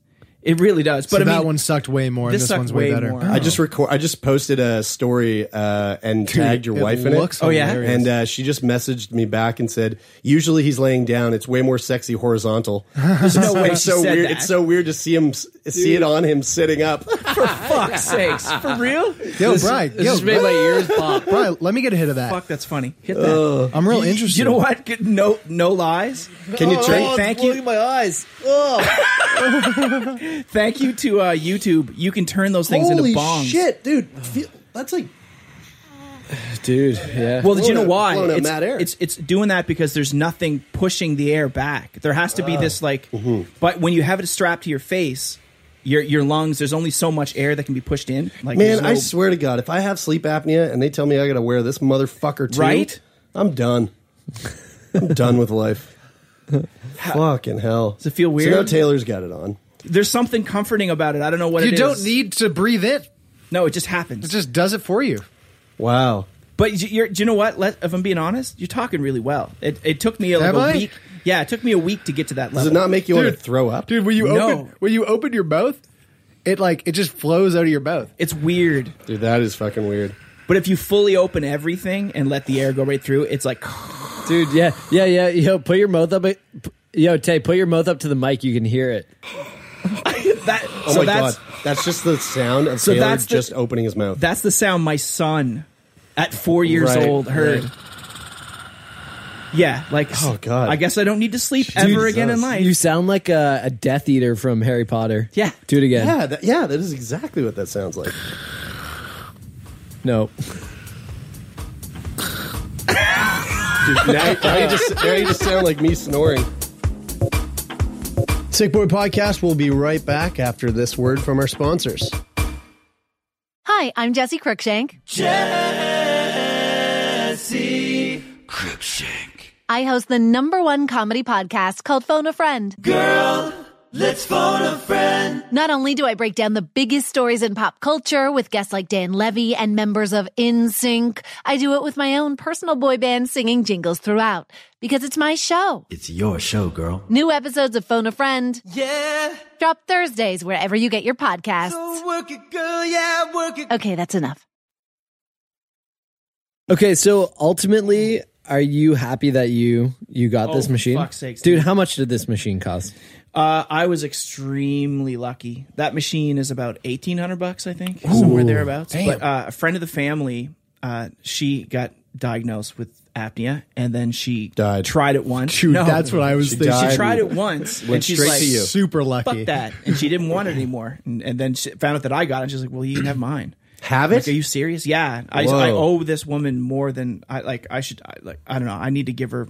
Speaker 5: It really does. But
Speaker 2: So
Speaker 5: I mean,
Speaker 2: that one sucked way more.
Speaker 5: this
Speaker 2: and this
Speaker 5: sucked
Speaker 2: one's way,
Speaker 5: way
Speaker 2: better.
Speaker 5: more.
Speaker 3: I just record. I just posted a story uh, and tagged your
Speaker 2: it
Speaker 3: wife in
Speaker 2: looks
Speaker 3: it.
Speaker 5: Oh, yeah? hilarious.
Speaker 3: and uh, she just messaged me back and said, "Usually he's laying down. It's way more sexy horizontal.
Speaker 5: there's no way [LAUGHS] she
Speaker 3: it's so
Speaker 5: said
Speaker 3: weird.
Speaker 5: that.
Speaker 3: It's so weird to see him s- see it on him
Speaker 5: [LAUGHS]
Speaker 3: sitting up.
Speaker 5: for fuck's sakes, for real?
Speaker 2: Yo, Bri,
Speaker 7: This
Speaker 2: yo,
Speaker 7: just made my ears
Speaker 2: [LAUGHS]
Speaker 7: pop.
Speaker 2: Bri, let me get a hit of that.
Speaker 5: Fuck, that's funny. Hit that.
Speaker 2: I'm real interested.
Speaker 5: You know what? Good- No, no lies.
Speaker 3: Can you drink?
Speaker 5: Thank you.
Speaker 7: my eyes.
Speaker 5: [LAUGHS] Thank you to uh, YouTube. You can turn those things
Speaker 3: Holy
Speaker 5: into bongs.
Speaker 3: shit, dude! Feel, that's
Speaker 5: [SIGHS]
Speaker 3: like
Speaker 7: Dude, yeah.
Speaker 5: Well, did you know
Speaker 3: Blown
Speaker 5: why?
Speaker 3: out- blown out
Speaker 5: It's,
Speaker 3: mad air.
Speaker 5: it's it's doing that because there's nothing pushing the air back. There has to be this like,
Speaker 3: Mm-hmm.
Speaker 5: but when you have it strapped to your face, your your lungs. There's only so much air that can be pushed in. Like,
Speaker 3: man.
Speaker 5: there's no-
Speaker 3: I swear to God, if I have sleep apnea and they tell me I got to wear this motherfucker too,
Speaker 5: Right?
Speaker 3: I'm done.
Speaker 5: [LAUGHS]
Speaker 3: I'm done with life. Fucking hell! Does
Speaker 5: it feel weird?
Speaker 3: So now Taylor's got it on.
Speaker 5: there's something comforting about it. I don't know what
Speaker 2: You
Speaker 5: it is.
Speaker 2: don't need to breathe in.
Speaker 5: No, it just
Speaker 2: It
Speaker 5: happens.
Speaker 2: just does it for you.
Speaker 3: Wow.
Speaker 5: But y- you're, do you know what? Let, if I'm being honest, you're talking really well. It, it took me like
Speaker 2: Have
Speaker 5: a
Speaker 2: I?
Speaker 5: week. Yeah, it took me a week to get to that level.
Speaker 3: Does it not make you want to throw up?
Speaker 2: Dude, when you
Speaker 5: No.
Speaker 2: open when you open your mouth, it like it just flows out of your mouth.
Speaker 5: It's weird.
Speaker 3: Dude, that is fucking weird.
Speaker 5: But if you fully open everything and let the air go right through, it's like [LAUGHS]
Speaker 7: Dude, yeah, yeah, yeah. Yo, put your mouth up. uh, p- Yo, Tay, put your mouth up to the mic. You can hear it.
Speaker 5: that.
Speaker 3: Oh
Speaker 5: so
Speaker 3: my
Speaker 5: that's
Speaker 3: god, that's just the sound of
Speaker 5: So
Speaker 3: Taylor
Speaker 5: that's the-
Speaker 3: just opening his mouth.
Speaker 5: that's the sound my son at four years
Speaker 3: Right,
Speaker 5: old heard.
Speaker 3: right.
Speaker 5: Yeah, like
Speaker 3: Oh, God.
Speaker 5: I guess I don't need to sleep ever again in life.
Speaker 7: You sound like a, a Death Eater from Harry Potter.
Speaker 5: Yeah.
Speaker 7: Do it again.
Speaker 3: yeah, that, yeah, that is exactly what that sounds like. [LAUGHS]
Speaker 7: No.
Speaker 3: Dude, now, now you just now you just sound like me snoring.
Speaker 9: Sick Boy Podcast will be right back after this word from our sponsors.
Speaker 8: Hi, I'm Jesse Cruikshank. Jesse Cruikshank. I host the number one comedy podcast called Phone a Friend. Girl, let's phone a friend. Not only do I break down the biggest stories in pop culture with guests like Dan Levy and members of InSync, I do it with my own personal boy band singing jingles throughout because it's my show.
Speaker 10: It's your show, girl.
Speaker 8: New episodes of Phone a Friend. Yeah. Drop Thursdays wherever you get your podcasts.
Speaker 10: work it, girl, yeah, work it.
Speaker 8: Okay, that's enough.
Speaker 7: Okay, so ultimately, are you happy that you you got this machine?
Speaker 5: Oh, fuck's sakes,
Speaker 7: dude,
Speaker 5: dude.
Speaker 7: how much did this machine cost?
Speaker 5: Uh, I was extremely lucky. That machine is about eighteen hundred bucks, I think, somewhere thereabouts.
Speaker 11: damn.
Speaker 5: But uh, a friend of the family, uh, she got diagnosed with apnea, and then she died. Tried it once.
Speaker 2: Shoot, that's what I was
Speaker 5: She,
Speaker 2: thinking.
Speaker 5: she
Speaker 2: died
Speaker 5: tried it
Speaker 2: and
Speaker 5: once,
Speaker 2: went
Speaker 5: and she's
Speaker 2: straight
Speaker 5: like,
Speaker 2: to you. Super lucky.
Speaker 5: Fuck that, and she didn't want it anymore. And, and then she found out that I got it. And she's like, "Well, you can have
Speaker 2: [CLEARS THROAT]
Speaker 5: mine."
Speaker 3: Have
Speaker 5: Like,
Speaker 3: it?
Speaker 5: are you serious? Yeah, I,
Speaker 3: Whoa.
Speaker 5: I owe this woman more than I like. I should I, like. I don't know. I need to give her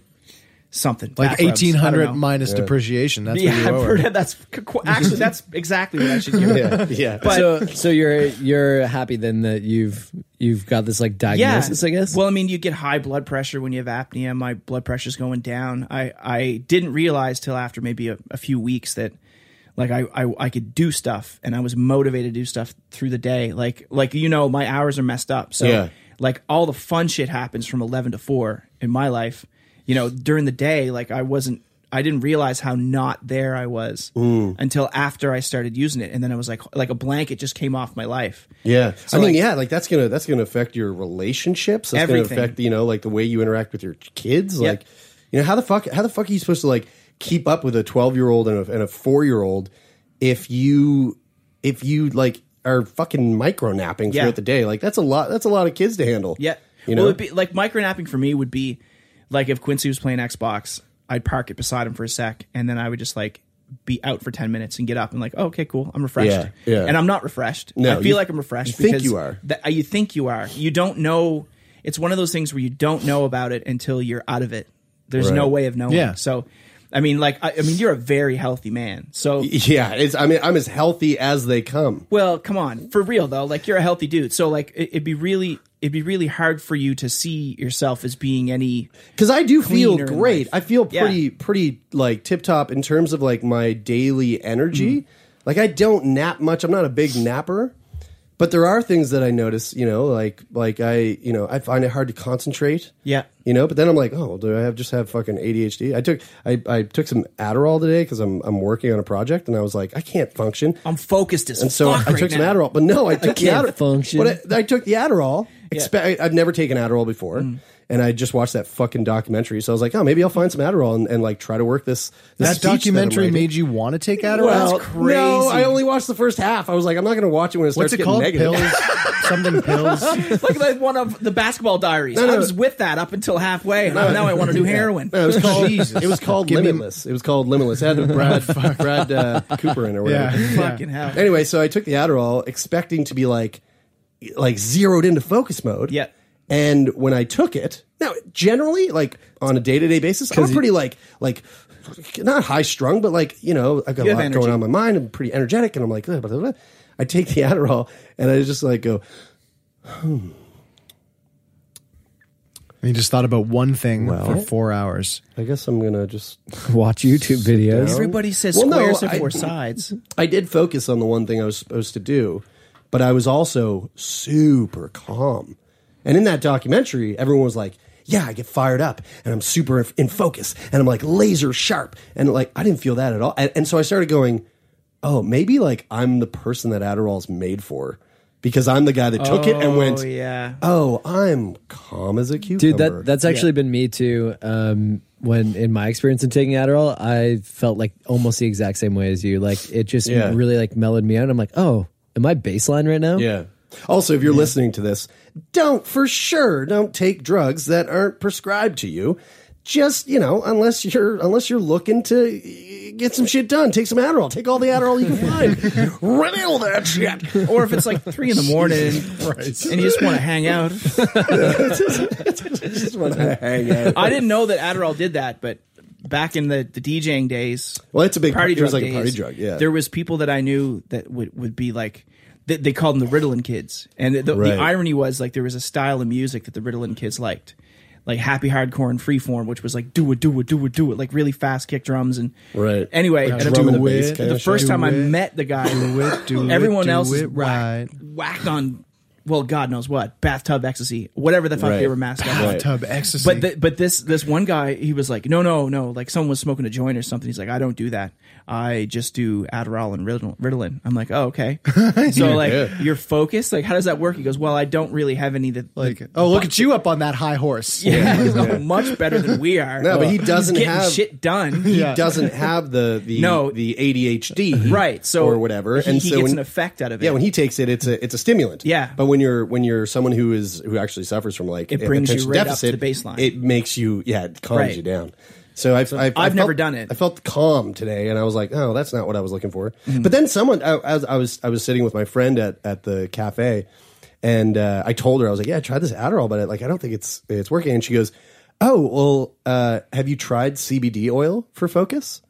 Speaker 5: something Back
Speaker 2: Like
Speaker 5: rubs. I don't
Speaker 2: eighteen hundred
Speaker 5: know.
Speaker 2: minus
Speaker 5: Yeah.
Speaker 2: depreciation. That's
Speaker 5: yeah, [LAUGHS]
Speaker 2: what you
Speaker 5: I've
Speaker 2: owe her.
Speaker 5: heard that. That's actually that's exactly what I should
Speaker 2: [LAUGHS]
Speaker 5: give. her. But
Speaker 7: so so you're you're happy then that you've you've got this like diagnosis.
Speaker 5: I guess. Well, I mean, you get high blood pressure when you have apnea. My blood pressure's going down. I, I didn't realize till after maybe a, a few weeks that like I, I I could do stuff and I was motivated to do stuff through the day. Like like you know, my hours are messed up. So
Speaker 3: Yeah.
Speaker 5: like all the fun shit happens from eleven to four in my life. You know, during the day, like I wasn't I didn't realize how not there I was until after I started using it. And then I was like like a blanket just came off my life.
Speaker 3: Yeah,
Speaker 5: So,
Speaker 3: I mean,
Speaker 5: like-
Speaker 3: yeah, like that's gonna that's gonna affect your relationships. That's
Speaker 5: Everything.
Speaker 3: gonna affect you know like the way you interact with your kids.
Speaker 5: Yeah.
Speaker 3: Like, you know how the fuck how the fuck are you supposed to like keep up with a twelve year old and a, and a four year old if you if you like are fucking micro napping
Speaker 5: Yeah.
Speaker 3: throughout the day? Like that's a lot. That's a lot of kids to handle.
Speaker 5: Yeah.
Speaker 3: you
Speaker 5: Well,
Speaker 3: know.
Speaker 5: it'd be like micronapping for me would be like if Quincy was playing Xbox, I'd park it beside him for a sec, and then I would just like be out for ten minutes and get up and like, oh, okay, cool, I'm refreshed.
Speaker 3: Yeah, yeah.
Speaker 5: And I'm not refreshed.
Speaker 3: No,
Speaker 5: I feel
Speaker 3: you-
Speaker 5: like I'm refreshed.
Speaker 3: you think
Speaker 5: because
Speaker 3: you are.
Speaker 5: th- you think you are. You don't know. It's one of those things where you don't know about it until you're out of it. There's
Speaker 3: Right.
Speaker 5: no way of knowing.
Speaker 3: Yeah.
Speaker 5: So, I mean, like, I, I mean, you're a very healthy man. So
Speaker 3: yeah, it's I mean I'm as healthy as they come.
Speaker 5: well, come on, for real though. Like you're a healthy dude, so like it, it'd be really, it'd be really hard for you to see yourself as being any.
Speaker 3: Because I do feel
Speaker 5: cleaner in
Speaker 3: great.
Speaker 5: life.
Speaker 3: I feel
Speaker 5: Yeah.
Speaker 3: pretty, pretty like tip top in terms of like my daily energy.
Speaker 5: Mm-hmm.
Speaker 3: Like I don't nap much. I'm not a big napper, but there are things that I notice. You know, like like I, you know, I find it hard to concentrate.
Speaker 5: Yeah.
Speaker 3: You know, but then I'm like, oh, do I have just have fucking ADHD? I took I, I took some Adderall today because I'm I'm working on a project, and I was like, I can't function.
Speaker 5: I'm focused as
Speaker 3: and so
Speaker 5: fuck
Speaker 3: I
Speaker 5: right
Speaker 3: took some
Speaker 5: now.
Speaker 3: Adderall, but no,
Speaker 5: [LAUGHS]
Speaker 3: I
Speaker 5: I
Speaker 3: took
Speaker 5: can't
Speaker 3: the Adderall.
Speaker 5: function.
Speaker 3: But I, I took the Adderall.
Speaker 5: Yeah. Mm.
Speaker 3: Expe- I- I've never taken Adderall before, and I just watched that fucking documentary. So I was like, oh, maybe I'll find some Adderall and, and like try to work this. this
Speaker 2: That
Speaker 3: speech I'm
Speaker 2: documentary
Speaker 3: writing.
Speaker 2: made you want to take Adderall.
Speaker 3: Well, No, I only watched the first half. I was like, I'm not going to watch it when it
Speaker 2: What's
Speaker 3: starts
Speaker 2: it
Speaker 3: getting
Speaker 2: called?
Speaker 3: negative.
Speaker 2: Pills.
Speaker 3: [LAUGHS]
Speaker 2: Something pills.
Speaker 5: like that one of the basketball diaries.
Speaker 3: No, no.
Speaker 5: I was with that up until halfway, and now I want
Speaker 3: [LAUGHS]
Speaker 5: to do heroin.
Speaker 3: [LAUGHS] No,
Speaker 2: [LAUGHS]
Speaker 3: it was called. It was
Speaker 5: [LAUGHS]
Speaker 3: called
Speaker 5: Give me- Oh,
Speaker 3: Limitless. it was called
Speaker 5: [LAUGHS]
Speaker 3: Limitless. It had Brad Brad uh, Cooper in it or whatever.
Speaker 5: Yeah. Fucking hell.
Speaker 3: Anyway, so I took the Adderall expecting to be like like zeroed into focus mode. Yeah. And when I took it, now generally like on a day to day basis, I'm pretty like like not high strung, but like you know I got
Speaker 5: You
Speaker 3: a
Speaker 5: have
Speaker 3: lot
Speaker 5: energy.
Speaker 3: going on in my mind. I'm pretty energetic, and I'm like "Ugh, blah, blah, blah." I take the Adderall and I just like go. Hmm.
Speaker 2: And you just thought about one thing for
Speaker 3: Well.
Speaker 2: four hours.
Speaker 3: I guess I'm gonna just
Speaker 7: watch YouTube videos.
Speaker 5: Everybody says
Speaker 3: Well, no,
Speaker 5: squares have
Speaker 3: I-
Speaker 5: four sides.
Speaker 3: I did focus on the one thing I was supposed to do, but I was also super calm. And in that documentary, everyone was like, yeah, I get fired up and I'm super in- in focus and I'm like laser sharp. And like, I didn't feel that at all. And, and so I started going, oh, maybe like I'm the person that Adderall's made for because I'm the guy that took it and went,
Speaker 5: yeah.
Speaker 3: oh, I'm calm as a
Speaker 7: Dude,
Speaker 3: cucumber.
Speaker 7: that that's actually been me too. Um, when in my experience in taking Adderall, I felt like almost the exact same way as you. Like it just
Speaker 3: Yeah.
Speaker 7: really like mellowed me out. I'm like, oh, am I baseline right
Speaker 5: Oh.
Speaker 7: now?
Speaker 3: Yeah. Also, if you're listening to this, don't for sure don't take drugs that aren't prescribed to you. Just you know, unless you're unless you're looking to eh, get some shit done, take some Adderall, take all the Adderall you can
Speaker 5: [LAUGHS]
Speaker 3: find, reveal that shit.
Speaker 5: Or if it's like three in the
Speaker 3: [LAUGHS]
Speaker 5: morning and you just want to hang out. I didn't know that Adderall did that, but back in the, the DJing days,
Speaker 3: Well, it's a big-
Speaker 5: party
Speaker 3: it was
Speaker 5: drug
Speaker 3: like a party
Speaker 5: days,
Speaker 3: drug, yeah.
Speaker 5: there was people that I knew that would would be like. They, they called them the Ritalin kids, and the, the,
Speaker 3: Right.
Speaker 5: irony was like there was a style of music that the Ritalin kids liked, like happy hardcore and freeform, which was like do it, do it, do it, do it, like really fast kick drums and
Speaker 3: Right.
Speaker 5: Anyway,
Speaker 3: Like
Speaker 5: and
Speaker 3: drum
Speaker 5: the-
Speaker 3: and a bass
Speaker 5: the,
Speaker 3: kinda
Speaker 5: first
Speaker 3: shit.
Speaker 5: time I
Speaker 3: Do it,
Speaker 5: met the guy,
Speaker 2: do it, do it,
Speaker 5: everyone
Speaker 2: do
Speaker 5: else is
Speaker 2: it
Speaker 5: whack, whack on well, God knows what bathtub ecstasy, whatever the fuck
Speaker 2: Right.
Speaker 5: they were masked up. with.
Speaker 2: Bathtub ecstasy.
Speaker 5: But th- but this this one guy, he was like, no, no, no, like someone was smoking a joint or something. He's like, I don't do that. I just do Adderall and Rital- Ritalin. I'm like, oh,
Speaker 3: [LAUGHS]
Speaker 5: okay. so
Speaker 2: Yeah.
Speaker 5: like
Speaker 2: Yeah.
Speaker 5: your focus, like how does that work? He goes, well, I don't really have any that [LAUGHS] like.
Speaker 2: Oh, look at you up on that high horse.
Speaker 5: Yeah, he's like, much better than we are.
Speaker 3: No, but he
Speaker 5: He's
Speaker 3: doesn't
Speaker 5: getting
Speaker 3: have-
Speaker 5: shit done.
Speaker 3: [LAUGHS] He doesn't have the the
Speaker 5: No.
Speaker 3: the
Speaker 5: [LAUGHS]
Speaker 3: ADHD
Speaker 5: right so
Speaker 3: or whatever,
Speaker 5: he-
Speaker 3: and
Speaker 5: he
Speaker 3: so
Speaker 5: gets
Speaker 3: when,
Speaker 5: an effect out of it.
Speaker 3: Yeah, when he takes it, it's a it's a stimulant.
Speaker 5: Yeah.
Speaker 3: but when you're when you're someone who is who actually suffers from like
Speaker 5: It
Speaker 3: an
Speaker 5: brings you
Speaker 3: attention
Speaker 5: right up to
Speaker 3: deficit,
Speaker 5: the baseline.
Speaker 3: It makes you yeah, it calms
Speaker 5: Right.
Speaker 3: you down. So I've I've,
Speaker 5: I've never
Speaker 3: done it. I felt calm today, and I was like, oh, that's not what I was looking for. But then someone, I, as I was I was sitting with my friend at at the cafe, and uh, I told her I was like, yeah, I tried this Adderall, but I, like I don't think it's it's working. And she goes, oh well, uh, have you tried CBD oil for focus?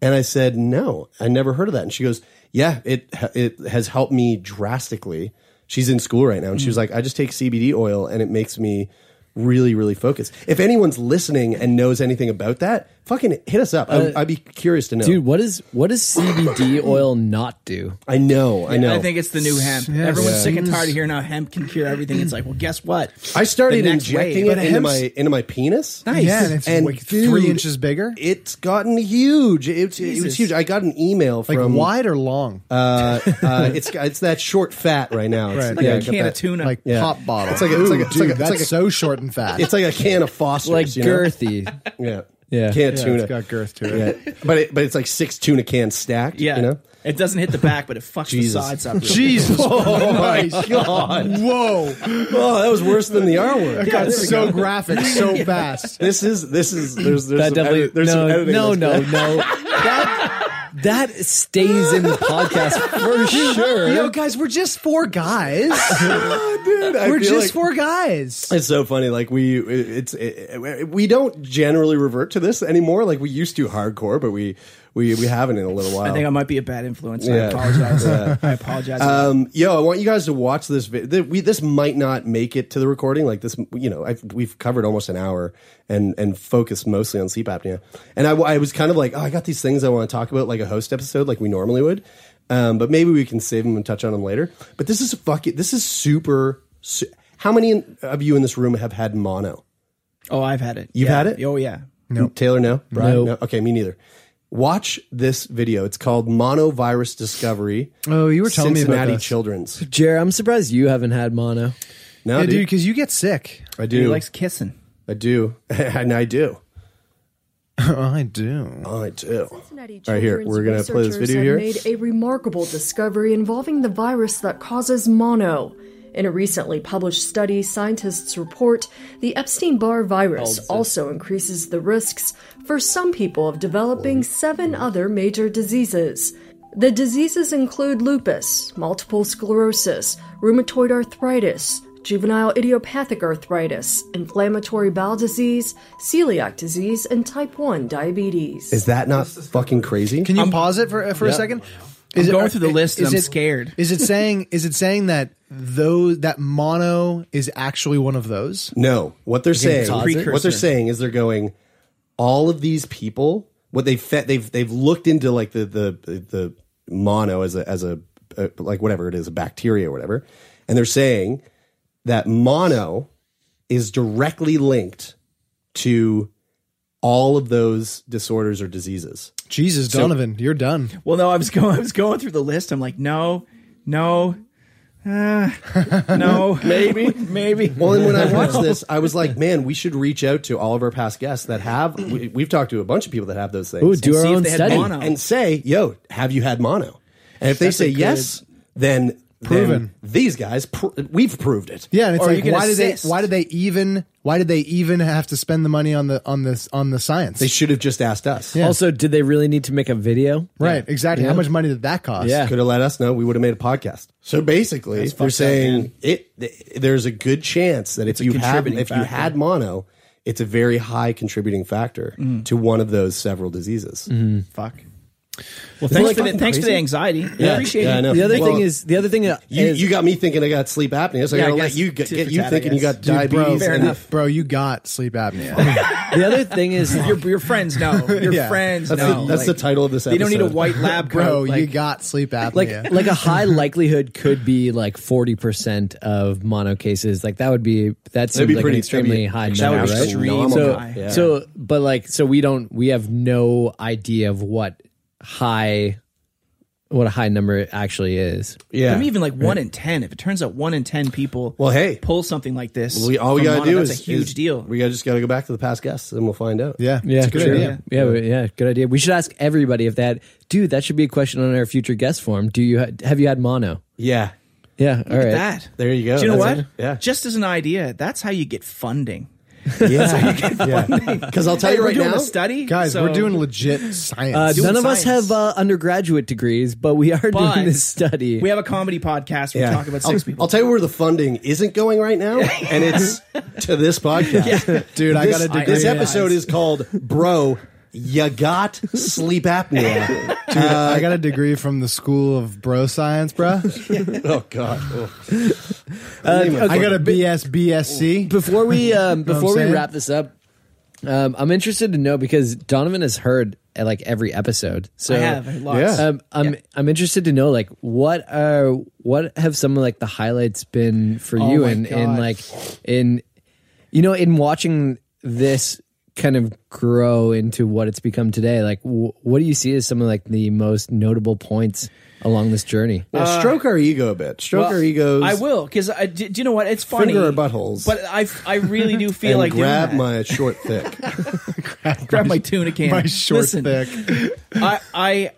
Speaker 3: And I said, "No, I never heard of that." And she goes, "Yeah, it it has helped me drastically." She's in school right now, and she was like, "I just take CBD oil, and it makes me really, really focus." If anyone's listening and knows anything about that, fucking hit us up.
Speaker 7: Uh,
Speaker 3: I, I'd be curious to know,
Speaker 7: Dude, what is what does CBD oil not do?
Speaker 3: I know, I know.
Speaker 5: I think it's the new hemp.
Speaker 7: Yeah.
Speaker 5: Everyone's
Speaker 7: Yeah.
Speaker 5: sick and tired of hearing how hemp can cure everything. It's like, well, guess what?
Speaker 3: I started
Speaker 5: The next
Speaker 3: injecting
Speaker 5: wave.
Speaker 3: it into my into my penis.
Speaker 5: Nice. Yeah, and it's
Speaker 2: like three inches
Speaker 3: bigger. It's gotten huge. It, it was
Speaker 2: Jesus.
Speaker 3: huge. I got an email
Speaker 2: Like
Speaker 3: from
Speaker 2: wide or long?
Speaker 3: Uh, uh, it's it's that short fat right now. It's,
Speaker 2: Right. Like a
Speaker 3: I got
Speaker 2: can of
Speaker 3: that-
Speaker 2: tuna. Like pop bottle.
Speaker 3: It's like a, it's like a, it's
Speaker 2: Ooh,
Speaker 3: like a,
Speaker 2: dude,
Speaker 3: it's like
Speaker 2: that's
Speaker 3: a-
Speaker 2: so short and fat.
Speaker 3: It's like a can of Foster's,
Speaker 2: Like
Speaker 3: you
Speaker 2: [LAUGHS]
Speaker 3: know?
Speaker 2: girthy.
Speaker 3: yeah,
Speaker 2: Yeah.
Speaker 3: Can of
Speaker 2: Yeah,
Speaker 3: tuna.
Speaker 2: it's got girth to it.
Speaker 3: Yeah. but it, but it's like six tuna cans stacked.
Speaker 5: Yeah.
Speaker 3: you know.
Speaker 5: It doesn't hit the back, but it fucks
Speaker 3: Jesus.
Speaker 5: the sides
Speaker 3: [LAUGHS]
Speaker 5: up. real quick.
Speaker 3: Jesus Oh my
Speaker 2: [LAUGHS]
Speaker 3: God.
Speaker 2: Whoa.
Speaker 3: Oh, that was worse than the R word.
Speaker 2: [LAUGHS] That got so graphic so fast.
Speaker 3: This is this is there's there's
Speaker 7: That
Speaker 3: some
Speaker 7: definitely-
Speaker 3: edit- there's
Speaker 7: no,
Speaker 3: some editing
Speaker 7: no,
Speaker 3: that's-
Speaker 7: no, no. That stays in the podcast for sure.
Speaker 2: [LAUGHS] Yo, guys, we're just four guys.
Speaker 3: Dude, [LAUGHS] I
Speaker 2: we're
Speaker 3: feel
Speaker 2: just
Speaker 3: like-
Speaker 2: four guys.
Speaker 3: It's so funny. Like we, it's it, we don't generally revert to this anymore. Like we used to hardcore, but we we we haven't in a little while.
Speaker 5: I think I might be a bad influence. I
Speaker 3: Oh. Yeah.
Speaker 5: apologize.
Speaker 3: [LAUGHS] Yeah.
Speaker 5: I apologize.
Speaker 3: Um, yo, I want you guys to watch this. Vi- th- we this might not make it to the recording. Like this, you know, I've, we've covered almost an hour and and focused mostly on sleep apnea. And I, w- I was kind of like, oh, I got these things I want to talk about, like a host episode, like we normally would. Um, but maybe we can save them and touch on them later. But this is fucking. This is super. Su- How many in- of you in this room have had mono?
Speaker 5: oh, I've had it.
Speaker 3: You've
Speaker 5: Yeah.
Speaker 3: had it?
Speaker 5: Oh, yeah.
Speaker 3: No. Taylor, no? Brian?
Speaker 5: No.
Speaker 3: Okay, me neither. Watch this video. It's called Monovirus Discovery.
Speaker 7: Oh, you were telling me about
Speaker 3: Cincinnati
Speaker 7: this.
Speaker 3: Children's.
Speaker 7: Jared, I'm surprised you haven't had mono.
Speaker 3: No, Yeah, dude. dude,
Speaker 2: because you get
Speaker 7: [LAUGHS]
Speaker 2: sick.
Speaker 3: I do.
Speaker 5: kissing.
Speaker 3: I do. [LAUGHS] and I do.
Speaker 2: I do.
Speaker 3: I do.
Speaker 11: Cincinnati
Speaker 3: All right, here.
Speaker 11: children's
Speaker 3: We're going to play this
Speaker 11: researchers
Speaker 3: video
Speaker 11: have
Speaker 3: here.
Speaker 11: Made a remarkable discovery involving the virus that causes mono. In a recently published study, scientists report the Epstein-Barr virus also increases the risks for some people of developing seven other major diseases. The diseases include lupus, multiple sclerosis, rheumatoid arthritis, juvenile idiopathic arthritis, inflammatory bowel disease, celiac disease, and type 1 diabetes.
Speaker 3: Is that not fucking crazy?
Speaker 2: Can you pause it for for
Speaker 3: Yeah.
Speaker 2: a second?
Speaker 3: I'm going through the list and I'm
Speaker 5: scared.
Speaker 2: Is it saying is it saying that those that mono is actually one of those?
Speaker 3: No, what they're
Speaker 2: You can
Speaker 3: saying,
Speaker 2: pause it?
Speaker 3: what they're saying is they're going. All of these people, what they fed, they've they've looked into like the the the mono as a as a uh, like whatever it is, a bacteria or whatever, and they're saying that mono is directly linked to all of those disorders or diseases.
Speaker 2: Jesus,
Speaker 3: So-
Speaker 2: Donovan, you're done.
Speaker 5: Well, no, I was [LAUGHS] going. I was going through the list. I'm like, no, no, uh, no,
Speaker 3: [LAUGHS]
Speaker 2: [LAUGHS]
Speaker 3: Maybe.
Speaker 5: maybe.
Speaker 3: Well, and when I watched this, I was like, man, we should reach out to all of our past guests that have. We, we've talked to a bunch of people that have those things.
Speaker 7: Ooh, do
Speaker 3: And
Speaker 7: our
Speaker 3: see if
Speaker 7: own
Speaker 3: they had
Speaker 7: study.
Speaker 3: mono. and, say, yo, have you had mono? And
Speaker 7: That's
Speaker 3: if they
Speaker 7: a
Speaker 3: say
Speaker 7: good-
Speaker 3: yes, then
Speaker 2: Proven.
Speaker 3: then these guys, pr- we've proved it.
Speaker 2: Yeah, and it's
Speaker 3: Or
Speaker 2: like
Speaker 3: you can
Speaker 2: why did
Speaker 3: assist.
Speaker 2: they why did they even why did they even have to spend the money on the on this on the science?
Speaker 3: They should have just asked us.
Speaker 7: Also, did they really need to make a video?
Speaker 2: Right, exactly.
Speaker 7: Yeah.
Speaker 2: How much money did that cost?
Speaker 3: could have let us know. We would have made a podcast. So basically,
Speaker 2: That's
Speaker 3: they're
Speaker 2: fucked up,
Speaker 3: saying
Speaker 2: man.
Speaker 3: it. th- There's a good chance that
Speaker 5: It's a
Speaker 3: if you have
Speaker 5: contributing
Speaker 3: if you
Speaker 5: factor.
Speaker 3: had mono, it's a very high contributing factor
Speaker 5: Mm.
Speaker 3: to one of those several diseases.
Speaker 5: Fuck. Well, thanks for the- thanks for the anxiety. I appreciate it.
Speaker 7: The other thing is- the other thing you
Speaker 3: you got me thinking I got sleep apnea, so
Speaker 2: Yeah,
Speaker 3: I
Speaker 2: I
Speaker 3: gotta let
Speaker 2: guess
Speaker 3: you get,
Speaker 2: tit
Speaker 3: get
Speaker 2: for
Speaker 3: you
Speaker 2: tat, I
Speaker 3: thinking you
Speaker 2: guess.
Speaker 3: got
Speaker 2: Dude, bro,
Speaker 3: diabetes.
Speaker 2: fair
Speaker 3: and-
Speaker 2: enough. bro, you got sleep apnea. [LAUGHS]
Speaker 7: the other thing is [LAUGHS]
Speaker 3: [LAUGHS]
Speaker 5: your your friends know. Your
Speaker 2: Yeah.
Speaker 5: friends
Speaker 2: That's
Speaker 5: know.
Speaker 2: the- that's the title
Speaker 3: of this
Speaker 5: They don't need a white
Speaker 3: [LAUGHS]
Speaker 5: lab coat.
Speaker 2: bro. you
Speaker 5: like-
Speaker 2: got sleep apnea.
Speaker 7: like like a high likelihood could be like 40% of mono cases like that would be that seems
Speaker 3: That'd be
Speaker 7: like
Speaker 3: pretty-
Speaker 7: an extremely
Speaker 3: that'd be
Speaker 7: high
Speaker 3: extremely
Speaker 7: number right
Speaker 3: extremely
Speaker 7: so,
Speaker 3: high. Yeah.
Speaker 7: so but like so we don't we have no idea of what high what a high number actually is
Speaker 5: I mean, even like
Speaker 7: Right.
Speaker 5: one in ten. If it turns out one in ten people,
Speaker 3: well, hey,
Speaker 5: pull something like this.
Speaker 3: we all we
Speaker 5: from
Speaker 3: gotta
Speaker 5: mono,
Speaker 3: do
Speaker 5: that's
Speaker 3: is
Speaker 5: a huge
Speaker 3: is-
Speaker 5: deal.
Speaker 3: We gotta just gotta go back to the past guests and we'll find out.
Speaker 2: Yeah,
Speaker 7: yeah, sure. Yeah, yeah, yeah, good idea. We should ask everybody if that dude. That should be a question on our future guest form. Do you ha- have you had mono?
Speaker 3: Yeah,
Speaker 7: yeah. all
Speaker 5: Look
Speaker 7: right.
Speaker 5: at
Speaker 7: [LAUGHS]
Speaker 5: that.
Speaker 3: There you go.
Speaker 5: Do you know
Speaker 7: That's
Speaker 5: what?
Speaker 7: it.
Speaker 3: Yeah.
Speaker 5: Just as an idea, that's how you get funding.
Speaker 3: Yeah, [LAUGHS] because I'll tell
Speaker 5: Hey,
Speaker 3: you
Speaker 5: we're
Speaker 3: right
Speaker 5: doing
Speaker 3: now,
Speaker 5: a study,
Speaker 2: Guys,
Speaker 5: so-
Speaker 2: we're doing legit science.
Speaker 7: Uh, none of us have uh, undergraduate degrees, but we are
Speaker 5: But
Speaker 7: doing this study.
Speaker 5: We have a comedy podcast. Where We talk about
Speaker 3: I'll,
Speaker 5: six people.
Speaker 3: I'll tell you where the funding isn't going right now,
Speaker 5: [LAUGHS]
Speaker 3: and it's to this podcast.
Speaker 5: Yeah. Dude, I
Speaker 3: This-
Speaker 5: got a degree
Speaker 3: This
Speaker 5: in-
Speaker 3: episode is called "Bro, You Got
Speaker 5: [LAUGHS]
Speaker 3: Sleep Apnea."
Speaker 2: Dude, I got a degree from the School of Bro Science, bro.
Speaker 3: oh God. Oh.
Speaker 7: Uh, [LAUGHS]
Speaker 2: I
Speaker 7: okay.
Speaker 2: got a BS BSc.
Speaker 7: Before we um,
Speaker 2: You know what
Speaker 7: before
Speaker 2: I'm
Speaker 7: we
Speaker 2: saying?
Speaker 7: wrap this up, um, I'm interested to know because Donovan has heard uh, like every episode. So
Speaker 5: I have, lots.
Speaker 7: Um, I'm I'm interested to know like what are what have some of like the highlights been for
Speaker 5: Oh
Speaker 7: you
Speaker 5: my
Speaker 7: and and
Speaker 5: God.
Speaker 7: like in you know in watching this kind of grow into what it's become today like w- what do you see as some of like the most notable points along this journey
Speaker 3: Yeah, stroke
Speaker 7: e-,
Speaker 3: our ego a bit. Stroke
Speaker 5: Well, [LAUGHS]
Speaker 3: our egos.
Speaker 5: I will because I do, do you know what? It's funny.
Speaker 3: Finger our buttholes.
Speaker 5: But I I really do feel
Speaker 3: and
Speaker 5: like doing
Speaker 3: grab
Speaker 5: that.
Speaker 3: my short thick.
Speaker 5: grab my tuna can.
Speaker 2: [LAUGHS] my short
Speaker 5: Listen,
Speaker 2: thick.
Speaker 5: I I